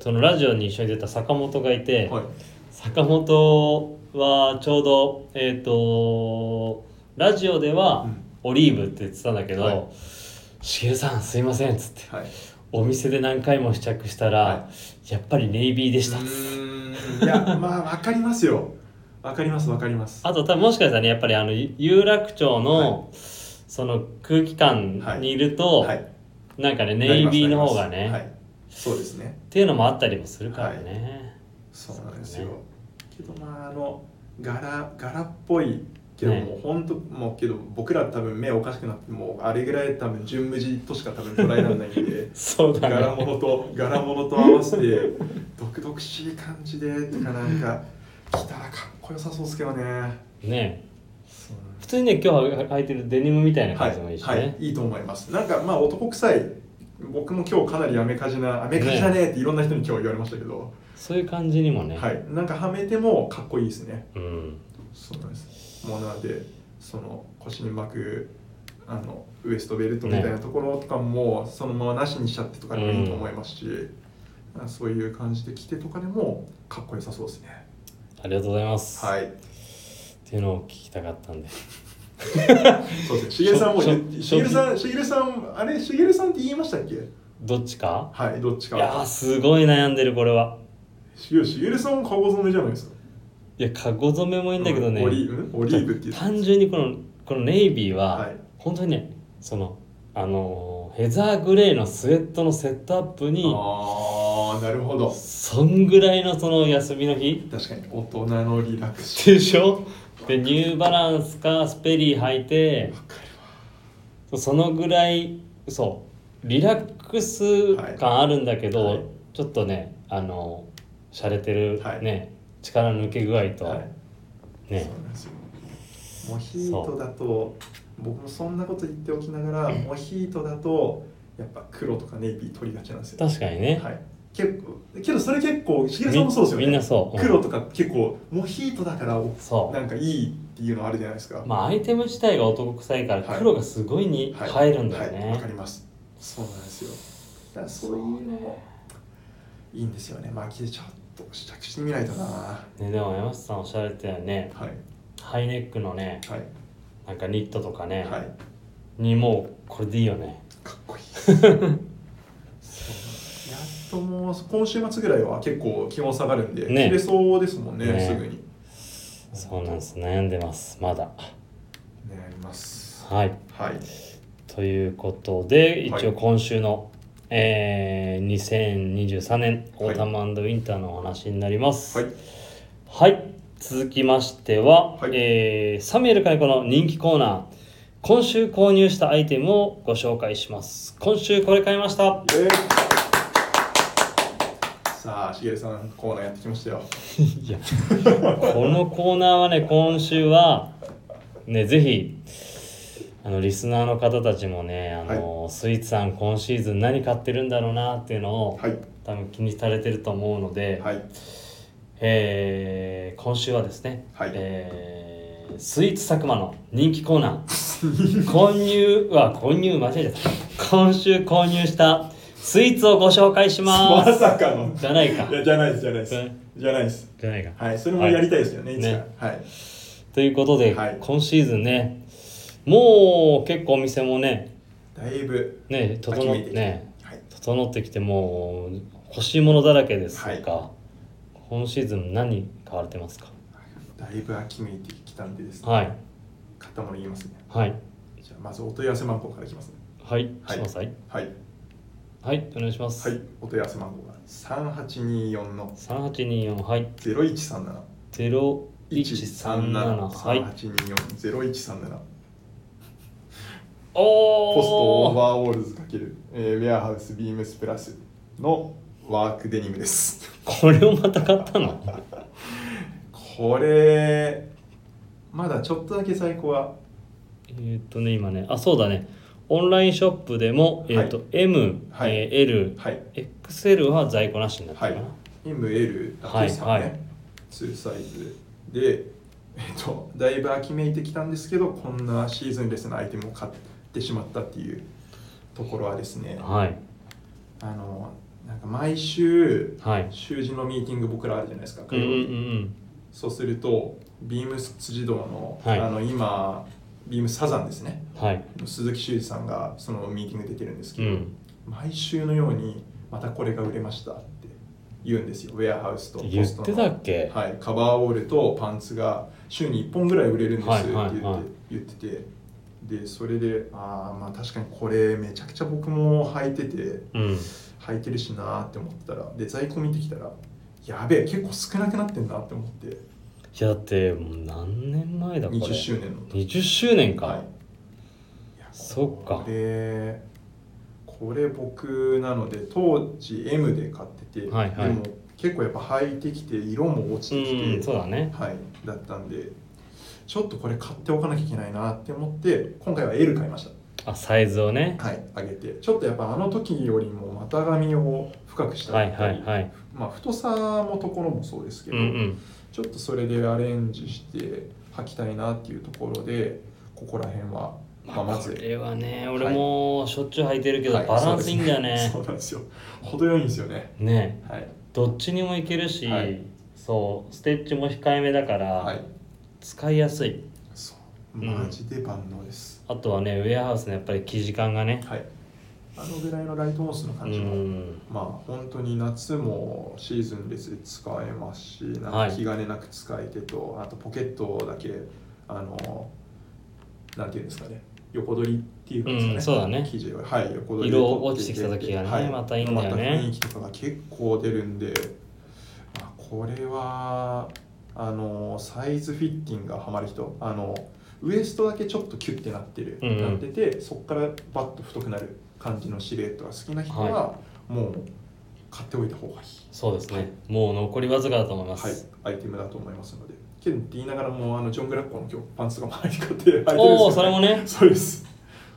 Speaker 1: そのラジオに一緒に出た坂本がいて、
Speaker 2: はい
Speaker 1: 坂本はちょうどえっ、とラジオでは
Speaker 2: うん
Speaker 1: オリーブって言ってたんだけど
Speaker 2: はい
Speaker 1: 「しげるさんすいません」っつって
Speaker 2: はい。
Speaker 1: お店で何回も試着したら、
Speaker 2: は
Speaker 1: やっぱりネイビーでしたっ
Speaker 2: う
Speaker 1: つって
Speaker 2: ーんいやまあわかりますよ。わかりますわかります。
Speaker 1: あと多分もしかしたらねやっぱりあの有楽町の、その空気感にいると、
Speaker 2: はい。
Speaker 1: なんかねネイビーの方がね、
Speaker 2: なりますなりますは
Speaker 1: っ
Speaker 2: い。そうですね。
Speaker 1: ていうのもあったりもするからね、
Speaker 2: そうなんです
Speaker 1: そう
Speaker 2: よ
Speaker 1: だね。
Speaker 2: けどまああの柄柄っぽいけど
Speaker 1: ね
Speaker 2: もう本当もうけど僕ら多分目おかしくなってもうあれぐらい多分純無地としか多分捉えられないん [LAUGHS] で
Speaker 1: そうだ
Speaker 2: 柄
Speaker 1: ね
Speaker 2: 物と柄物と合わせて独々しい感じでとかなんか着たらかっこよさそうですけどね。
Speaker 1: ね
Speaker 2: そう
Speaker 1: 普通にね今日履いてるデニムみたいな
Speaker 2: は
Speaker 1: 感じもいい
Speaker 2: い、
Speaker 1: しね、
Speaker 2: はい、いいと思います。なんかまあ男臭い僕も今日かなりアメカジなアメカジだねっていろんな人に今日言われましたけど、
Speaker 1: そういう感じにもね、
Speaker 2: はい、なんかはめてもかっこいいですね。
Speaker 1: うん
Speaker 2: そうなんですもうなのでその腰に巻くあのウエストベルトみたいなところとかもそのままなしにしちゃってとかでもいいと思いますし、まあそういう感じで着てとかでもかっこよさそうですね
Speaker 1: ありがとうございます、
Speaker 2: は
Speaker 1: っ
Speaker 2: い
Speaker 1: ていうのを聞きたかったんで
Speaker 2: [LAUGHS] そうですねしげるさんも
Speaker 1: しょ
Speaker 2: 言しげるさんしげるさんあれしげるさんって言いましたっけ
Speaker 1: どっちか
Speaker 2: はいどっち
Speaker 1: いやー
Speaker 2: か
Speaker 1: すごい悩んでるこれは
Speaker 2: しげるしげるさんもかご染めじゃないですか
Speaker 1: いやかご染めもいいんだけどね、
Speaker 2: オリんオリーブって言って
Speaker 1: 単純にこのこのネイビーは、
Speaker 2: はい
Speaker 1: 本当にねそのあのーヘザーグレーのスウェットのセットアップに
Speaker 2: ああなるほど
Speaker 1: そんぐらいのその休みの日
Speaker 2: 確かに大人のリラックス
Speaker 1: でしょでニューバランスかスペリー履いてそのぐらいそうリラックス感あるんだけど、
Speaker 2: はいはい
Speaker 1: ちょっとねあの洒落てる
Speaker 2: はい
Speaker 1: ね、力の抜け具合と、
Speaker 2: はい
Speaker 1: ね
Speaker 2: そうなんですよモヒートだと僕もそんなこと言っておきながらモヒートだとやっぱ黒とかネイビー取りがちなんですよ、
Speaker 1: 確かにね、
Speaker 2: はい、結構けどそれ結構しげるさんもそうですよね
Speaker 1: みみんなそう、うん
Speaker 2: 黒とか結構モヒートだから
Speaker 1: そう
Speaker 2: なんかいいっていうのあるじゃないですか、
Speaker 1: まあアイテム自体が男臭いから
Speaker 2: はい
Speaker 1: 黒がすごいに
Speaker 2: はい
Speaker 1: 入るんだよ
Speaker 2: はいわか
Speaker 1: ね。
Speaker 2: りますそうなんですよだからそういうのもいいんですよねまあきでちょっと試着してみないとなは
Speaker 1: ねでも山下さんおっしゃられたよね
Speaker 2: いは
Speaker 1: ハイネックのね
Speaker 2: い
Speaker 1: なんかニットとかね、
Speaker 2: はい
Speaker 1: にもうこれでいいよね。
Speaker 2: かっこいいそうやっともう今週末ぐらいは結構気温下がるんで、
Speaker 1: ね
Speaker 2: 切れそうですもんね
Speaker 1: ね
Speaker 2: すぐに
Speaker 1: そうなんです悩んでますまだ。
Speaker 2: ねあります
Speaker 1: はい
Speaker 2: はい
Speaker 1: ということで
Speaker 2: はい
Speaker 1: 一応今週の、えー2023年オータムウィンターのお話になります。
Speaker 2: はい
Speaker 1: はい、続きましては、
Speaker 2: はい
Speaker 1: えーサミュエル金子の人気コーナー今週購入したアイテムをご紹介します今週これ買いました
Speaker 2: イエーイさあしげるさんコーナーやってきましたよ
Speaker 1: いやこのコーナーはね今週はねぜひあのリスナーの方たちもねあの、スイーツさん今シーズン何買ってるんだろうなっていうのを、
Speaker 2: はい
Speaker 1: 多分気にされてると思うので、
Speaker 2: はい
Speaker 1: えー今週はですね、
Speaker 2: はい
Speaker 1: えースイーツ佐久間の人気コーナ
Speaker 2: [LAUGHS]
Speaker 1: ー購入は購入間違えちゃった今週購入したスイーツをご紹介しま
Speaker 2: ますさかの
Speaker 1: じゃないか
Speaker 2: いやじゃないですじゃないです
Speaker 1: ね
Speaker 2: じゃないです
Speaker 1: じゃないか
Speaker 2: はいそれもやりたいですよね、
Speaker 1: はい
Speaker 2: い、つ
Speaker 1: ね
Speaker 2: かはい
Speaker 1: ということで、
Speaker 2: はい
Speaker 1: 今シーズンねもう結構お店もね
Speaker 2: だいぶ
Speaker 1: ね整
Speaker 2: 秋
Speaker 1: っ
Speaker 2: めいて
Speaker 1: て
Speaker 2: きて
Speaker 1: ね
Speaker 2: はい
Speaker 1: 整ってきてもう欲しいものだらけですが、
Speaker 2: は
Speaker 1: 今シーズン何買われてますか
Speaker 2: だいぶ秋めいてきたんでですね、
Speaker 1: はい
Speaker 2: 買ったもの言いますね
Speaker 1: はい
Speaker 2: じゃあまずお問い合わせ番号からいきますね
Speaker 1: はい
Speaker 2: はい
Speaker 1: しますはい
Speaker 2: はい
Speaker 1: はいお願いします、
Speaker 2: はい、お問い合わせ番号が三八二四の
Speaker 1: 三八二四はい
Speaker 2: ゼロ一三七
Speaker 1: ゼロ一
Speaker 2: 一
Speaker 1: 三
Speaker 2: 三
Speaker 1: 七
Speaker 2: 七
Speaker 1: は
Speaker 2: 三
Speaker 1: い。
Speaker 2: 八二四ゼロ一三七
Speaker 1: お
Speaker 2: ポストオー
Speaker 1: お。
Speaker 2: バーオールズかける、えー、ウェアハウスビームスプラスのワークデニムです。
Speaker 1: これをまた買ったの。
Speaker 2: これまだちょっとだけ在庫は
Speaker 1: えーっとね今ねあそうだねオンラインショップでもえーっと、M、
Speaker 2: はい
Speaker 1: えー L
Speaker 2: はい
Speaker 1: XL は在庫なしになって
Speaker 2: は
Speaker 1: る
Speaker 2: い
Speaker 1: かな。
Speaker 2: ML だけですかね、
Speaker 1: はいはい
Speaker 2: 2サイズでえっとだいぶ秋めいてきたんですけどこんなシーズンレスなアイテムを買ってしまったっていうところはですね、
Speaker 1: はい
Speaker 2: あのなんか毎週
Speaker 1: はい。
Speaker 2: 習字のミーティング僕らあるじゃないですか、
Speaker 1: うんうんうん
Speaker 2: そうするとビームス辻堂の,、
Speaker 1: はい
Speaker 2: あの今ビームスサザンですね
Speaker 1: うんはい。
Speaker 2: 鈴木修二さんがそのミーティング出てるんです
Speaker 1: う
Speaker 2: けど、
Speaker 1: ん。
Speaker 2: 毎週のようにまたこれが売れましたって言うんですよウェアハウスとポ
Speaker 1: 言
Speaker 2: スト
Speaker 1: って
Speaker 2: の
Speaker 1: たっけ。
Speaker 2: はい、カバーオールとパンツが週に1本ぐらい売れるんですって言って,、
Speaker 1: はいはいはい
Speaker 2: 言っててでそれでああまあ確かにこれめちゃくちゃ僕も履いてて
Speaker 1: うん。
Speaker 2: 履いてるしなーって思ってたらで在庫見てきたらやべえ結構少なくなってんなって思って
Speaker 1: いやだってもう何年前だこれ。
Speaker 2: 20周年の
Speaker 1: 二十周年か。
Speaker 2: はいいや
Speaker 1: そっか
Speaker 2: これこれ僕なので当時 M で買ってて、
Speaker 1: はいはい
Speaker 2: でも結構やっぱ履いてきて色も落ち
Speaker 1: う
Speaker 2: てきて
Speaker 1: んそうだね。
Speaker 2: はい、だったんでちょっとこれ買っておかなきゃいけないなって思って今回は L 買いまし
Speaker 1: あサイズをね。
Speaker 2: たはい上げてちょっとやっぱあの時よりも股上を深くした
Speaker 1: は
Speaker 2: か
Speaker 1: い
Speaker 2: った
Speaker 1: は
Speaker 2: り
Speaker 1: いはい。
Speaker 2: まあ、太さもところもそうですけ
Speaker 1: う
Speaker 2: ど、
Speaker 1: んうん。
Speaker 2: ちょっとそれでアレンジして履きたいなっていうところでここら辺は
Speaker 1: ま
Speaker 2: まあ、
Speaker 1: あ、こ
Speaker 2: 松江
Speaker 1: れはね俺もしょっちゅう履いてるけど、
Speaker 2: はい
Speaker 1: バランスいいんだよね
Speaker 2: そうですねそうなんですよ程よいんですよね
Speaker 1: ね
Speaker 2: はい
Speaker 1: どっちにもいけるし、
Speaker 2: はい
Speaker 1: そうステッチも控えめだから、
Speaker 2: はい
Speaker 1: 使いやすい
Speaker 2: そう
Speaker 1: うん
Speaker 2: マジで万能です、
Speaker 1: あとはねウェアハウスのやっぱり生地感がね、
Speaker 2: はいあのぐらいのライトホースの
Speaker 1: う
Speaker 2: 感じも、
Speaker 1: ん
Speaker 2: まあ本当に夏もシーズン別で使えますしなん
Speaker 1: は
Speaker 2: か
Speaker 1: い
Speaker 2: 気兼ねなく使えてと、あとポケットだけあのなんていうんですかね横取りっていうんですかね、
Speaker 1: うんそうだね
Speaker 2: 生地をはい横取りで
Speaker 1: 色落ちてきた時がね
Speaker 2: はい
Speaker 1: またいいんだよね
Speaker 2: また雰囲気とかが結構出るんで、まあ、これはあのサイズフィッティングがハマる人あのウエストだけちょっとキュッてなってる、
Speaker 1: うんうん
Speaker 2: なっててそこからバッと太くなる感じのシルエットが好きな人は、もう買っておいた方がいい、
Speaker 1: そうですね、もう残りわずかだと思いま
Speaker 2: はい
Speaker 1: す、、
Speaker 2: アイテムだと思いますのでけどって言いながらもあのジョン・グラッコの今日パンツが前に買って履いてるんです
Speaker 1: おお
Speaker 2: よ
Speaker 1: それもね
Speaker 2: そうです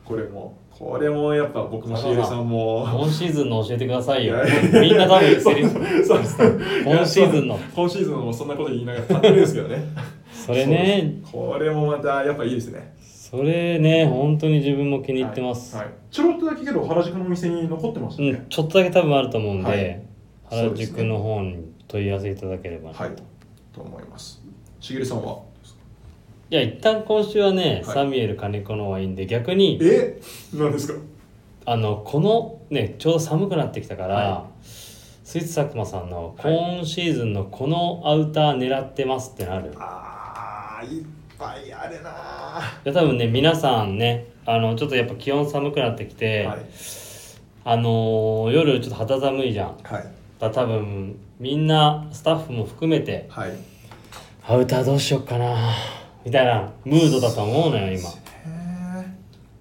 Speaker 2: これもこれもやっぱ僕もしげるさんも
Speaker 1: 今シーズンの教えてくださいよ
Speaker 2: い [LAUGHS] やいや
Speaker 1: みんな多分セリフ
Speaker 2: そうです
Speaker 1: 今シーズンの
Speaker 2: 今シーズンもそんなこと言いながら買ってるんですけどね
Speaker 1: それね
Speaker 2: そうですこれもまたやっぱいいですね
Speaker 1: それね本当に自分も気に入ってます、
Speaker 2: はいはいちょろっとだけけど原宿のお店に残ってました
Speaker 1: うん
Speaker 2: ね、
Speaker 1: ちょっとだけ多分あると思うんで、
Speaker 2: はいそう
Speaker 1: 原
Speaker 2: ですね
Speaker 1: 宿の方に問い合わせいただければなと、
Speaker 2: はいと思いますしげるさんはい
Speaker 1: や一旦今週はね、
Speaker 2: はい
Speaker 1: サミュエル金子の方がいいんで逆に
Speaker 2: え何ですか
Speaker 1: あのこのねちょうど寒くなってきたから、
Speaker 2: は
Speaker 1: スイーツ佐久間さんの
Speaker 2: はい
Speaker 1: 今シーズンのこのアウター狙ってますってなる、
Speaker 2: あーいっぱいあるなはい
Speaker 1: や多分ね皆さんねあのちょっとやっぱ気温寒くなってきて、あのー夜ちょっと肌寒いじゃんだか
Speaker 2: はい
Speaker 1: ら多分みんなスタッフも含めて
Speaker 2: はい
Speaker 1: アウターどうしよっかなみたいなムードだと思うのよ今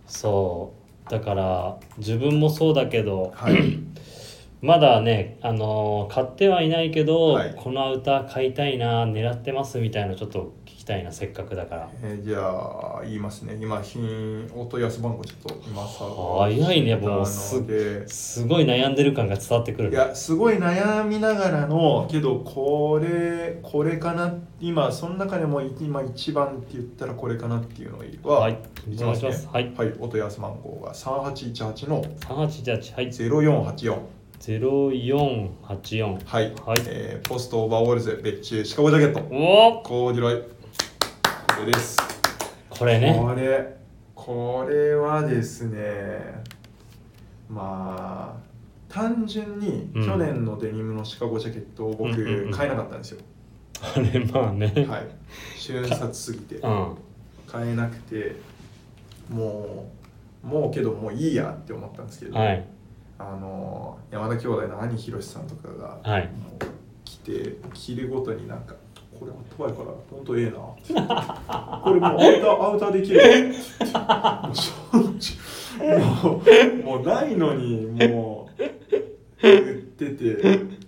Speaker 1: そうだから自分もそうだけど
Speaker 2: はい
Speaker 1: まだね、あのー買ってはいないけど、
Speaker 2: はい
Speaker 1: このアウター買いたいな狙ってますみたいなちょっと聞きたいなせっかくだから
Speaker 2: えーじゃあ言いますね今品お問い合わせ番号ちょっと今さ
Speaker 1: 早いねもう
Speaker 2: すです
Speaker 1: ごい悩んでる感が伝わってくる
Speaker 2: いやすごい悩みながらのけどこれこれかな今その中でも今一番って言ったらこれかなっていうのは、
Speaker 1: はいお願いします
Speaker 2: ね
Speaker 1: はい
Speaker 2: はい、お問い合わせ番号が3818の
Speaker 1: 3818はい
Speaker 2: 0484
Speaker 1: 0484
Speaker 2: はい、
Speaker 1: はい
Speaker 2: えーポストオーバーオールズ別注シカゴジャケット
Speaker 1: おお
Speaker 2: コーデュロイこれです、
Speaker 1: これね
Speaker 2: これこれはですねまあ単純に
Speaker 1: うん
Speaker 2: 去年のデニムのシカゴジャケットを僕
Speaker 1: うんうんうん
Speaker 2: 買えなかったんですよ、
Speaker 1: あれまあね
Speaker 2: はい瞬殺すぎて
Speaker 1: うん
Speaker 2: 買えなくてもうもうけどもういいやって思ったんですけど、
Speaker 1: はい
Speaker 2: あの山田兄弟の兄ひろしさんとかが
Speaker 1: はい
Speaker 2: もう来て着るごとになんかこれあったかいからほんとええなこれもうアウターアウターできるわもうしょっちゅうもうもうないのにもう言ってて分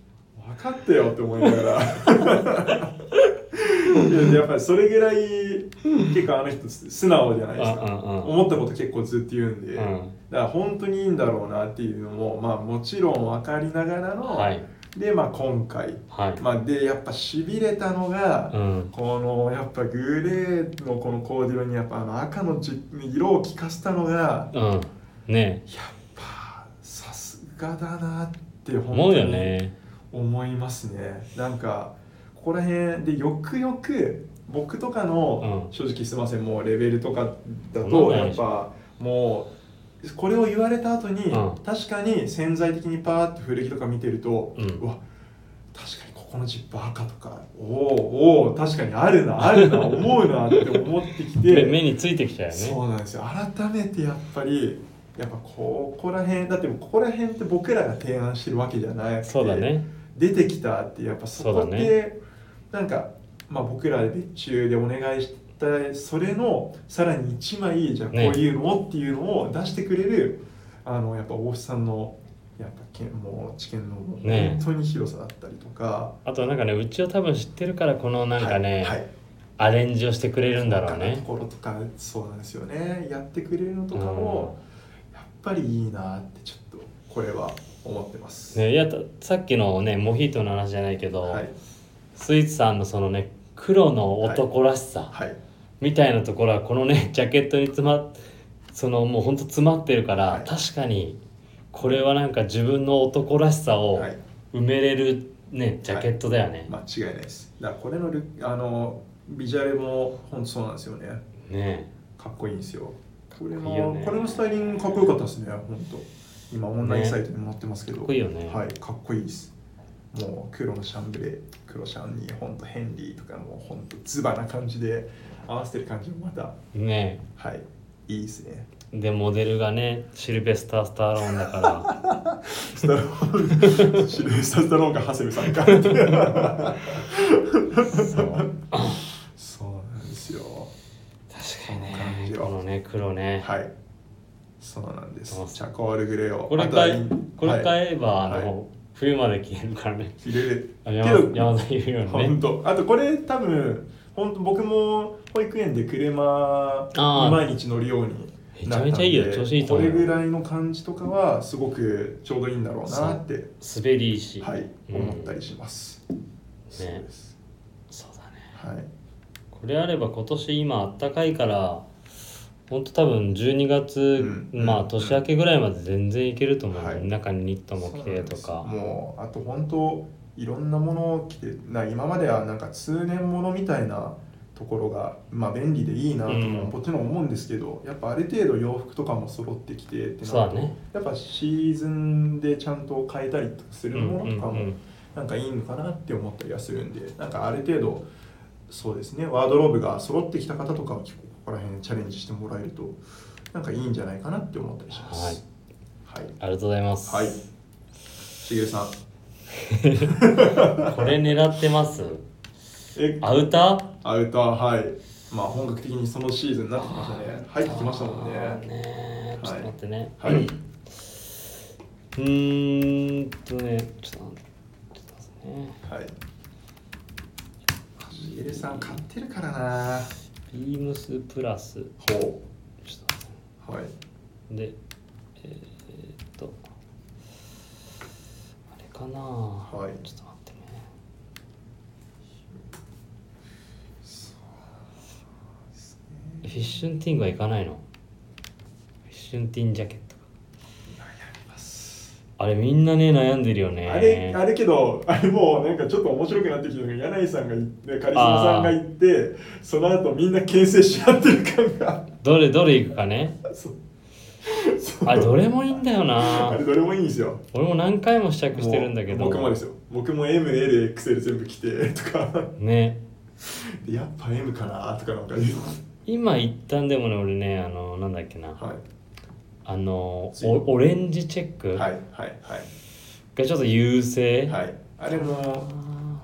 Speaker 2: かったよって思いながらいややっぱりそれぐらい結構あの人素直じゃないですか
Speaker 1: うんうんうん
Speaker 2: 思ったこと結構ずっと言うんで、
Speaker 1: う
Speaker 2: だか
Speaker 1: ん
Speaker 2: ら本当にいいんだろうなっていうのもまあもちろん分かりながらの、
Speaker 1: はい
Speaker 2: でまあ今回
Speaker 1: はい
Speaker 2: まあ、でやっぱしびれたのが、
Speaker 1: うん
Speaker 2: このやっぱグレーのこのコーディロにやっぱあの赤のじ色を効かせたのが
Speaker 1: うんね
Speaker 2: やっぱさすがだなって本
Speaker 1: 思う
Speaker 2: 当
Speaker 1: よ
Speaker 2: に
Speaker 1: ね
Speaker 2: 思いますねなんかここら辺でよくよく僕とかの、
Speaker 1: うん
Speaker 2: 正直すいませんもうレベルとかだ
Speaker 1: そんな
Speaker 2: と
Speaker 1: ことな
Speaker 2: や
Speaker 1: い
Speaker 2: っ
Speaker 1: でしょ
Speaker 2: ぱもうこれを言われた後に、
Speaker 1: うん
Speaker 2: 確かに潜在的にパーッと古着とか見てると、
Speaker 1: うん
Speaker 2: わ確かにここのジッパー赤とかおおおー確かにあるなあ
Speaker 1: [LAUGHS]
Speaker 2: るな思うなって思ってきて
Speaker 1: 目目についてきちゃうよね
Speaker 2: そうなんですよ改めてやっぱりやっぱここら辺だってここら辺って僕らが提案してるわけじゃない
Speaker 1: そうだね
Speaker 2: 出てきたってやっぱそこ
Speaker 1: そう
Speaker 2: で、
Speaker 1: だ
Speaker 2: なんか、まあ、僕らで別注でお願いしたそれのさらに1枚じゃあこう
Speaker 1: ね
Speaker 2: いうのをっていうのを出してくれる、あのやっぱ大須さんのやっぱけもう知見の
Speaker 1: ね
Speaker 2: 本当に広さだったりとか、
Speaker 1: あとなんかねうちを多分知ってるからこのなんかね、
Speaker 2: はいはい
Speaker 1: アレンジをしてくれるんだろう
Speaker 2: と
Speaker 1: ね
Speaker 2: ころとかそうなんですよねやってくれるのとかも、やっぱりいいなってちょっとこれは思ってます。
Speaker 1: ねいやたさっきのねモヒートの話じゃないけど、
Speaker 2: はい
Speaker 1: スイーツさんのそのね黒の男らしさ
Speaker 2: はい
Speaker 1: [LAUGHS] みたいなところはこのねジャケットに詰まそのもうほんと詰まってるから、
Speaker 2: はい
Speaker 1: 確かにこれはなんか自分の男らしさを
Speaker 2: はい
Speaker 1: 埋めれるねジャケットだよね、
Speaker 2: 間違いないですだからこれのルあのビジュアルも本当そうなんですよね
Speaker 1: ね
Speaker 2: かっこいいんですよこれ
Speaker 1: かっこいいよ
Speaker 2: も
Speaker 1: ね
Speaker 2: これもスタイリングかっこよかったですね本当今オンラインサイトにも載ってますけど、
Speaker 1: かっこいいよね
Speaker 2: はいかっこいいですもう黒のシャンブレ黒シャンに本当ヘンリーとかもう本当ズバな感じで合わせてる感じもまた
Speaker 1: ね
Speaker 2: はいいいですね
Speaker 1: でモデルがねシルベスター・スタローンだから
Speaker 2: スタローンシルベスタースタローンか長谷部さんか
Speaker 1: そう
Speaker 2: [LAUGHS] そうなんですよ
Speaker 1: 確かに
Speaker 2: この感
Speaker 1: ね
Speaker 2: じよ
Speaker 1: このね黒ね、
Speaker 2: はい。そうなんです
Speaker 1: どう。す
Speaker 2: チャコールグレーを。
Speaker 1: これ
Speaker 2: あとは
Speaker 1: 買えこれ
Speaker 2: はい
Speaker 1: 買えば、あの、
Speaker 2: は
Speaker 1: 冬まで消えるからね
Speaker 2: 着れる。
Speaker 1: あ
Speaker 2: け
Speaker 1: 山
Speaker 2: ど、
Speaker 1: 山田言うように
Speaker 2: 本
Speaker 1: ね
Speaker 2: 当。あとこれ多分、本当僕も保育園で車
Speaker 1: あー
Speaker 2: に毎日乗るように。なったんで
Speaker 1: めちゃめちゃいいよ調子いいと思う
Speaker 2: これぐらいの感じとかはすごくちょうどいいんだろうなって、
Speaker 1: 滑りいいし、
Speaker 2: はい、
Speaker 1: うん
Speaker 2: 思ったりします。そうです。
Speaker 1: そうだね
Speaker 2: はい。
Speaker 1: これあれば今年今あったかいからほんと多分12月、
Speaker 2: うん
Speaker 1: まあ
Speaker 2: うん
Speaker 1: 年明けぐらいまで全然いけると思う、
Speaker 2: はい
Speaker 1: 中にニットも着てと
Speaker 2: そう
Speaker 1: か
Speaker 2: なんですもうあと本当いろんなものを着てな今まではなんか通年ものみたいなところが、まあ、便利でいいなとも
Speaker 1: うん
Speaker 2: もちろん思うんですけど、やっぱある程度洋服とかも揃ってきてって
Speaker 1: そう
Speaker 2: なる
Speaker 1: だ
Speaker 2: と、
Speaker 1: ね
Speaker 2: やっぱシーズンでちゃんと変えたりするものとか
Speaker 1: うんうんう
Speaker 2: も
Speaker 1: ん
Speaker 2: なんかいいのかなって思ったりはするんでなんかある程度そうですねワードローブが揃ってきた方とかは結構ここら辺チャレンジしてもらえるとなんかいいんじゃないかなって思ったりします。はい
Speaker 1: ありがとうございます、
Speaker 2: はい。しげるさん。
Speaker 1: これ狙って
Speaker 2: [LAUGHS]
Speaker 1: ます
Speaker 2: え、
Speaker 1: アウター
Speaker 2: アウター、はい。まあ、本格的にそのシーズンになってきましたね。入ってきましたもんね。
Speaker 1: あーねちょっと待ってね、
Speaker 2: はい。
Speaker 1: うーんとねちょっと待ってくださいね
Speaker 2: はい。しげるさん、買ってるからな。
Speaker 1: ビームスプラス
Speaker 2: ほ
Speaker 1: ちょっと待ってね
Speaker 2: う。はい。
Speaker 1: でえーっとあれかなはいちょっと待ってねフィッシュンティングはいかないのフィッシュンティンジャケットかあれみんなね悩んでるよね
Speaker 2: あれ、あれけど、あれもうなんかちょっと面白くなってきたのが、柳井さんが行って、カリスマさんが行って、その後みんな牽制し合ってる感が。
Speaker 1: どれどれいくかね
Speaker 2: そう。
Speaker 1: あれどれもいいんだよ
Speaker 2: あ
Speaker 1: な
Speaker 2: れどれもいいんですよ。
Speaker 1: 俺も何回も試着してるんだけど
Speaker 2: もう僕もですよ僕も MLXL 全部着てとか
Speaker 1: ね
Speaker 2: でやっぱ M かなとかなんか言う
Speaker 1: 今一旦でもね俺ねあのなんだっけな、
Speaker 2: は
Speaker 1: あの
Speaker 2: つい
Speaker 1: おオレンジチェック
Speaker 2: いはい
Speaker 1: が
Speaker 2: はい
Speaker 1: ちょっと優勢、
Speaker 2: はいはいあれも
Speaker 1: あ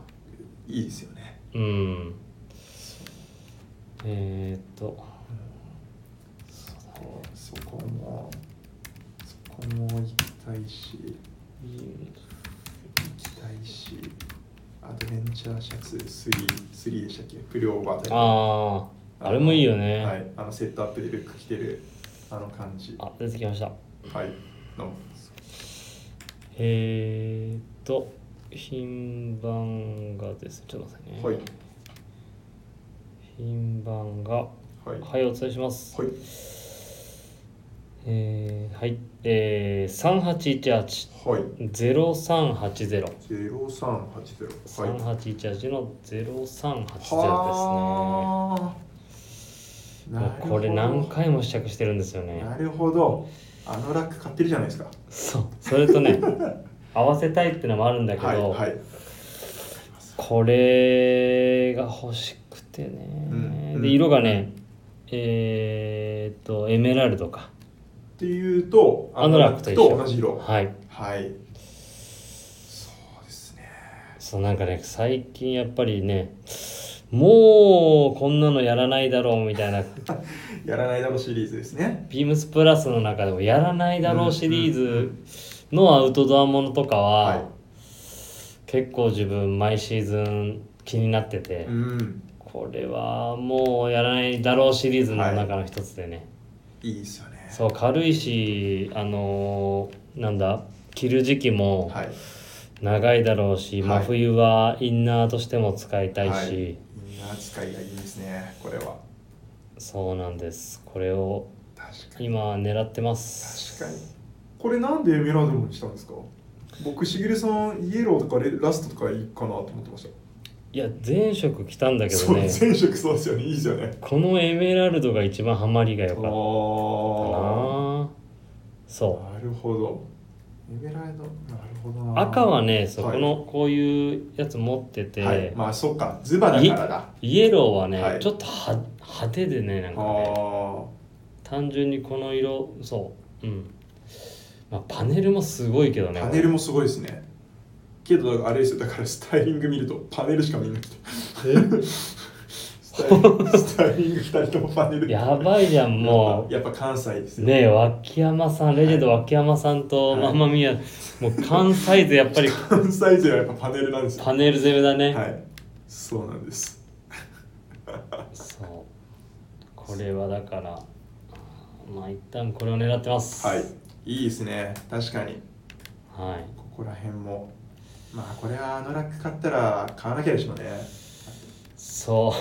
Speaker 2: いいですよね
Speaker 1: ーうんえー、っと
Speaker 2: そこもそこも行きたいし行きたいしアドベンチャーシャツ3 3でしたっけ不良バタ
Speaker 1: あああれもいいよね、
Speaker 2: はいあのセットアップでルック着てるあの感じ
Speaker 1: あ出てきました
Speaker 2: はいの
Speaker 1: えー、っと品番がですねちょっと待ってね、
Speaker 2: はい
Speaker 1: 品番が
Speaker 2: はい
Speaker 1: はいお伝えします、
Speaker 2: はい
Speaker 1: えー、はいえー、
Speaker 2: はい
Speaker 1: 3818-0380
Speaker 2: 0380はい
Speaker 1: 3818の0380で
Speaker 2: はあ
Speaker 1: すねもうこれ何回も試着してるんですよね
Speaker 2: なるほどあのラック買ってるじゃないですか
Speaker 1: そうそれとね [LAUGHS] 合わせたいってのもあるんだけど、
Speaker 2: はいはい
Speaker 1: これが欲しくてね、
Speaker 2: うん
Speaker 1: で色がねえー、っとエメラルドか
Speaker 2: っていうと
Speaker 1: あのラックと一緒
Speaker 2: 同じ色
Speaker 1: はい
Speaker 2: はいそうですね
Speaker 1: そうなんかね最近やっぱりねもうこんなのやらないだろうみたいな
Speaker 2: やらないだろシリーズですね
Speaker 1: ビームスプラスの中でもやらないだろうシリーズのアウトドアものとかは、
Speaker 2: はい
Speaker 1: 結構自分毎シーズン気になってて、
Speaker 2: うん
Speaker 1: これはもうやらないだろうシリーズの中の一つでね、
Speaker 2: いいですよね
Speaker 1: そう軽いしあのーなんだ着る時期も
Speaker 2: はい
Speaker 1: 長いだろうし、
Speaker 2: はい
Speaker 1: 真冬はインナーとしても使いたいし、
Speaker 2: はいみんな扱いがいいですねこれは
Speaker 1: そうなんですこれを
Speaker 2: 確かに
Speaker 1: 今狙ってます
Speaker 2: 確かにこれなんでエメラルドにしたんですか僕しげるさんイエローとかレラストとかいいかなと思ってました
Speaker 1: いや前職来たんだけ
Speaker 2: そ
Speaker 1: ど
Speaker 2: う
Speaker 1: ね
Speaker 2: 前職そうですよねいいじゃない
Speaker 1: このエメラルドが一番ハマりが良かった
Speaker 2: あ
Speaker 1: なそ
Speaker 2: なるほどエメラルドなるほど
Speaker 1: う
Speaker 2: な
Speaker 1: 赤はねそう
Speaker 2: はい
Speaker 1: このこういうやつ持ってて、
Speaker 2: はいまあそっかズバだからだ
Speaker 1: イエローはね、
Speaker 2: はい
Speaker 1: ちょっとは派手でねなんかね
Speaker 2: あ
Speaker 1: 単純にこの色そううん、まあ、パネルもすごいけどね
Speaker 2: あパネルもすごいですねけどだからあれですよだからスタイリング見るとパネルしか見えなくて [LAUGHS] スタイリングスタイリング2人ともパネル
Speaker 1: やばいじゃんも
Speaker 2: やっぱやっぱ関西です
Speaker 1: う
Speaker 2: よ
Speaker 1: ねえ脇山さんレジェンド脇山さんと
Speaker 2: はい
Speaker 1: ママミヤ、もう関西でやっぱり
Speaker 2: 関西勢はやっぱパネルなんですよ
Speaker 1: パネル攻めだね、
Speaker 2: はいそうなんです
Speaker 1: そうこれはだからまあ一旦これを狙ってます
Speaker 2: はいいいですね確かに
Speaker 1: はい
Speaker 2: ここら辺もまあこれはあのラック買ったら買わなきゃでしょうね
Speaker 1: そ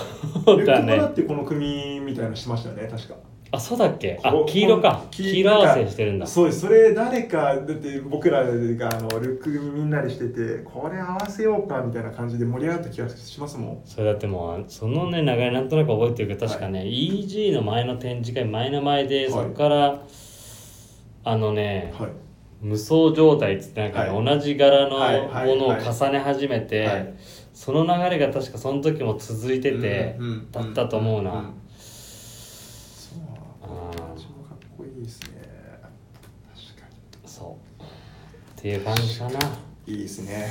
Speaker 1: うだ
Speaker 2: レッドコーナー
Speaker 1: ね
Speaker 2: ってこの組みたいなのしてましたよね確か
Speaker 1: あそうだっけあ
Speaker 2: こ
Speaker 1: 黄色か
Speaker 2: こ
Speaker 1: 黄色合わせしてるんだ
Speaker 2: そうですそれ誰かだって僕らがあのルックみんなでしててこれ合わせようかみたいな感じで盛り上がった気がしますもん
Speaker 1: それだってもうそのね流れなんとなく覚えてるけど確かね、EG の前の展示会前の前で、
Speaker 2: はい
Speaker 1: そこからあのね、
Speaker 2: はい
Speaker 1: 無双状態っつってなんかね、
Speaker 2: はい
Speaker 1: 同じ柄の
Speaker 2: はいはい
Speaker 1: ものを
Speaker 2: はい
Speaker 1: 重ね始めて、
Speaker 2: はい
Speaker 1: その流れが確かその時も続いてて、
Speaker 2: うんうん
Speaker 1: だったと思うな、
Speaker 2: んそうこの感じもかっこいいですね確か
Speaker 1: そうっていう感じかな
Speaker 2: にいいですね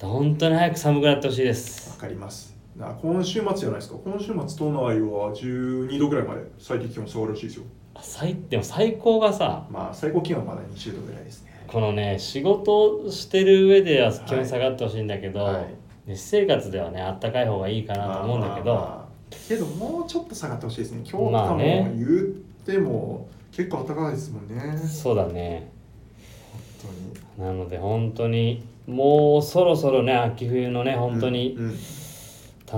Speaker 1: 本当に早く寒くなってほしいです
Speaker 2: わかりますな今週末じゃないですか今週末都内は12度ぐらいまで最低気温下がるらしいですよ
Speaker 1: 最でも最高がさ
Speaker 2: まあ最高気温はまだ20度ぐらいですね
Speaker 1: このね仕事をしてる上では
Speaker 2: はい
Speaker 1: 気温下がってほしいんだけど、
Speaker 2: はい
Speaker 1: ね私生活ではねあったかい方がいいかなと思うんだけど、
Speaker 2: まあまあまあけどもうちょっと下がってほしいですね今日と
Speaker 1: まあ
Speaker 2: かも
Speaker 1: ね
Speaker 2: 言っても結構暖かいですもんね本
Speaker 1: そうだね
Speaker 2: 当に
Speaker 1: なので本当にもうそろそろね秋冬のね本当に
Speaker 2: うんうん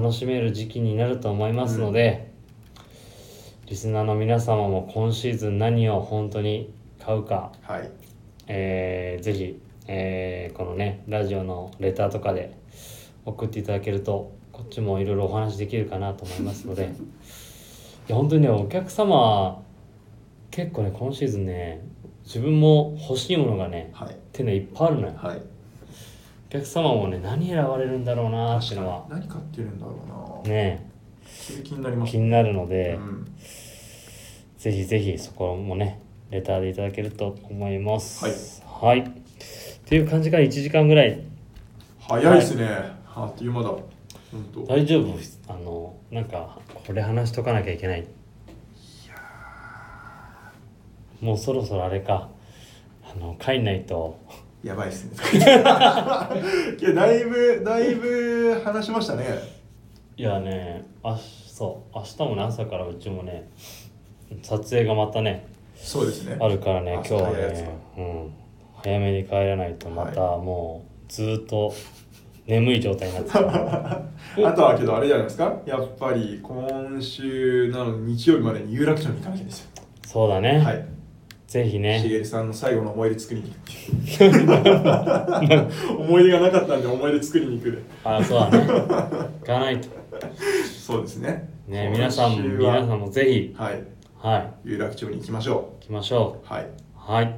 Speaker 1: 楽しめる時期になると思いますので、リスナーの皆様も今シーズン何を本当に買うか
Speaker 2: はい
Speaker 1: えーぜひ、えーこのねラジオのレターとかで送っていただけるとこっちもいろいろお話できるかなと思います [LAUGHS] のでいや本当にねお客様結構ね今シーズンね自分も欲しいものがね
Speaker 2: はい
Speaker 1: 手ねいっぱいあるのよ
Speaker 2: はい
Speaker 1: お客様もね何選ばれるんだろうなーっていうのは
Speaker 2: 何買ってるんだろうな、
Speaker 1: ね
Speaker 2: 気気になります
Speaker 1: 気になるので、
Speaker 2: うん、
Speaker 1: ぜひぜひそこもねレターでいただけると思いますはい、っていう感じから1時間ぐらい
Speaker 2: 早いですね、あっという間だ本当い
Speaker 1: 大丈夫あのなんかこれ話しとかなきゃいけないもうそろそろあれかあの帰んないと
Speaker 2: やば
Speaker 1: [LAUGHS]
Speaker 2: いですねけどだいぶだいぶ話しましたね
Speaker 1: いやねあそう明日もね朝からうちもね撮影がまたね
Speaker 2: そうですね
Speaker 1: あるからね
Speaker 2: あ
Speaker 1: 今日は
Speaker 2: 早いやつか
Speaker 1: ね、うん、早めに帰らないとまたもうずーっと眠い状態になってた [LAUGHS]
Speaker 2: あとはけどあれじゃないですかやっぱり今週なの日曜日までに有楽町に行かなきゃですよ
Speaker 1: そうだね、
Speaker 2: はい
Speaker 1: ぜひ
Speaker 2: し
Speaker 1: [LAUGHS] ね
Speaker 2: げるさんの最後の思い出作りに行く思い出がなかったんで思い出作りに行くで
Speaker 1: あそうだね行かないと
Speaker 2: そうですね
Speaker 1: ね皆さんも
Speaker 2: 今週は
Speaker 1: 皆さんもぜひ
Speaker 2: はい
Speaker 1: はい、
Speaker 2: 有楽町に行きましょ
Speaker 1: 行きましょ。
Speaker 2: うはいう
Speaker 1: はい。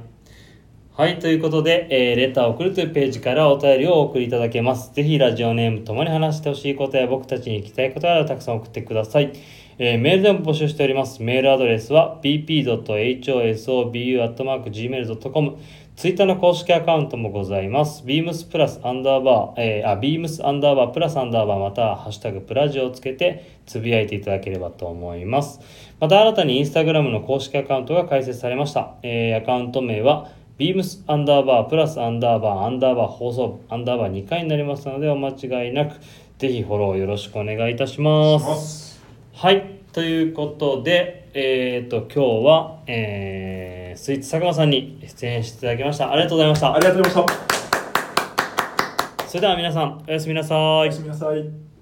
Speaker 1: はい、ということで、えーレターを送るというページからお便りをお送りいただけます。ぜひ、ラジオネームともに話してほしいことや僕たちに聞きたいことなどたくさん送ってください。えーメールでも募集しております。メールアドレスは bp.hosobu.gmail.com ツイッターの公式アカウントもございます。beams プラスアンダーバー、えー、あ、beams アンダーバープラスアンダーバーまたはハッシュタグプラジオをつけてつぶやいていただければと思います。また新たにインスタグラムの公式アカウントが開設されました。えーアカウント名は beams アンダーバープラスアンダーバーアンダーバー放送部アンダーバー2回になりますのでお間違いなくぜひフォローよろしくお願いいたします。
Speaker 2: ます
Speaker 1: はい、ということで、えっ、と、今日は、えー、スイーツ佐久間さんに出演していただきました。ありがとうございまし
Speaker 2: あ
Speaker 1: た
Speaker 2: り。がとうございました
Speaker 1: それでは皆さん、おやすみなさ
Speaker 2: お
Speaker 1: ーい
Speaker 2: やす。みなさい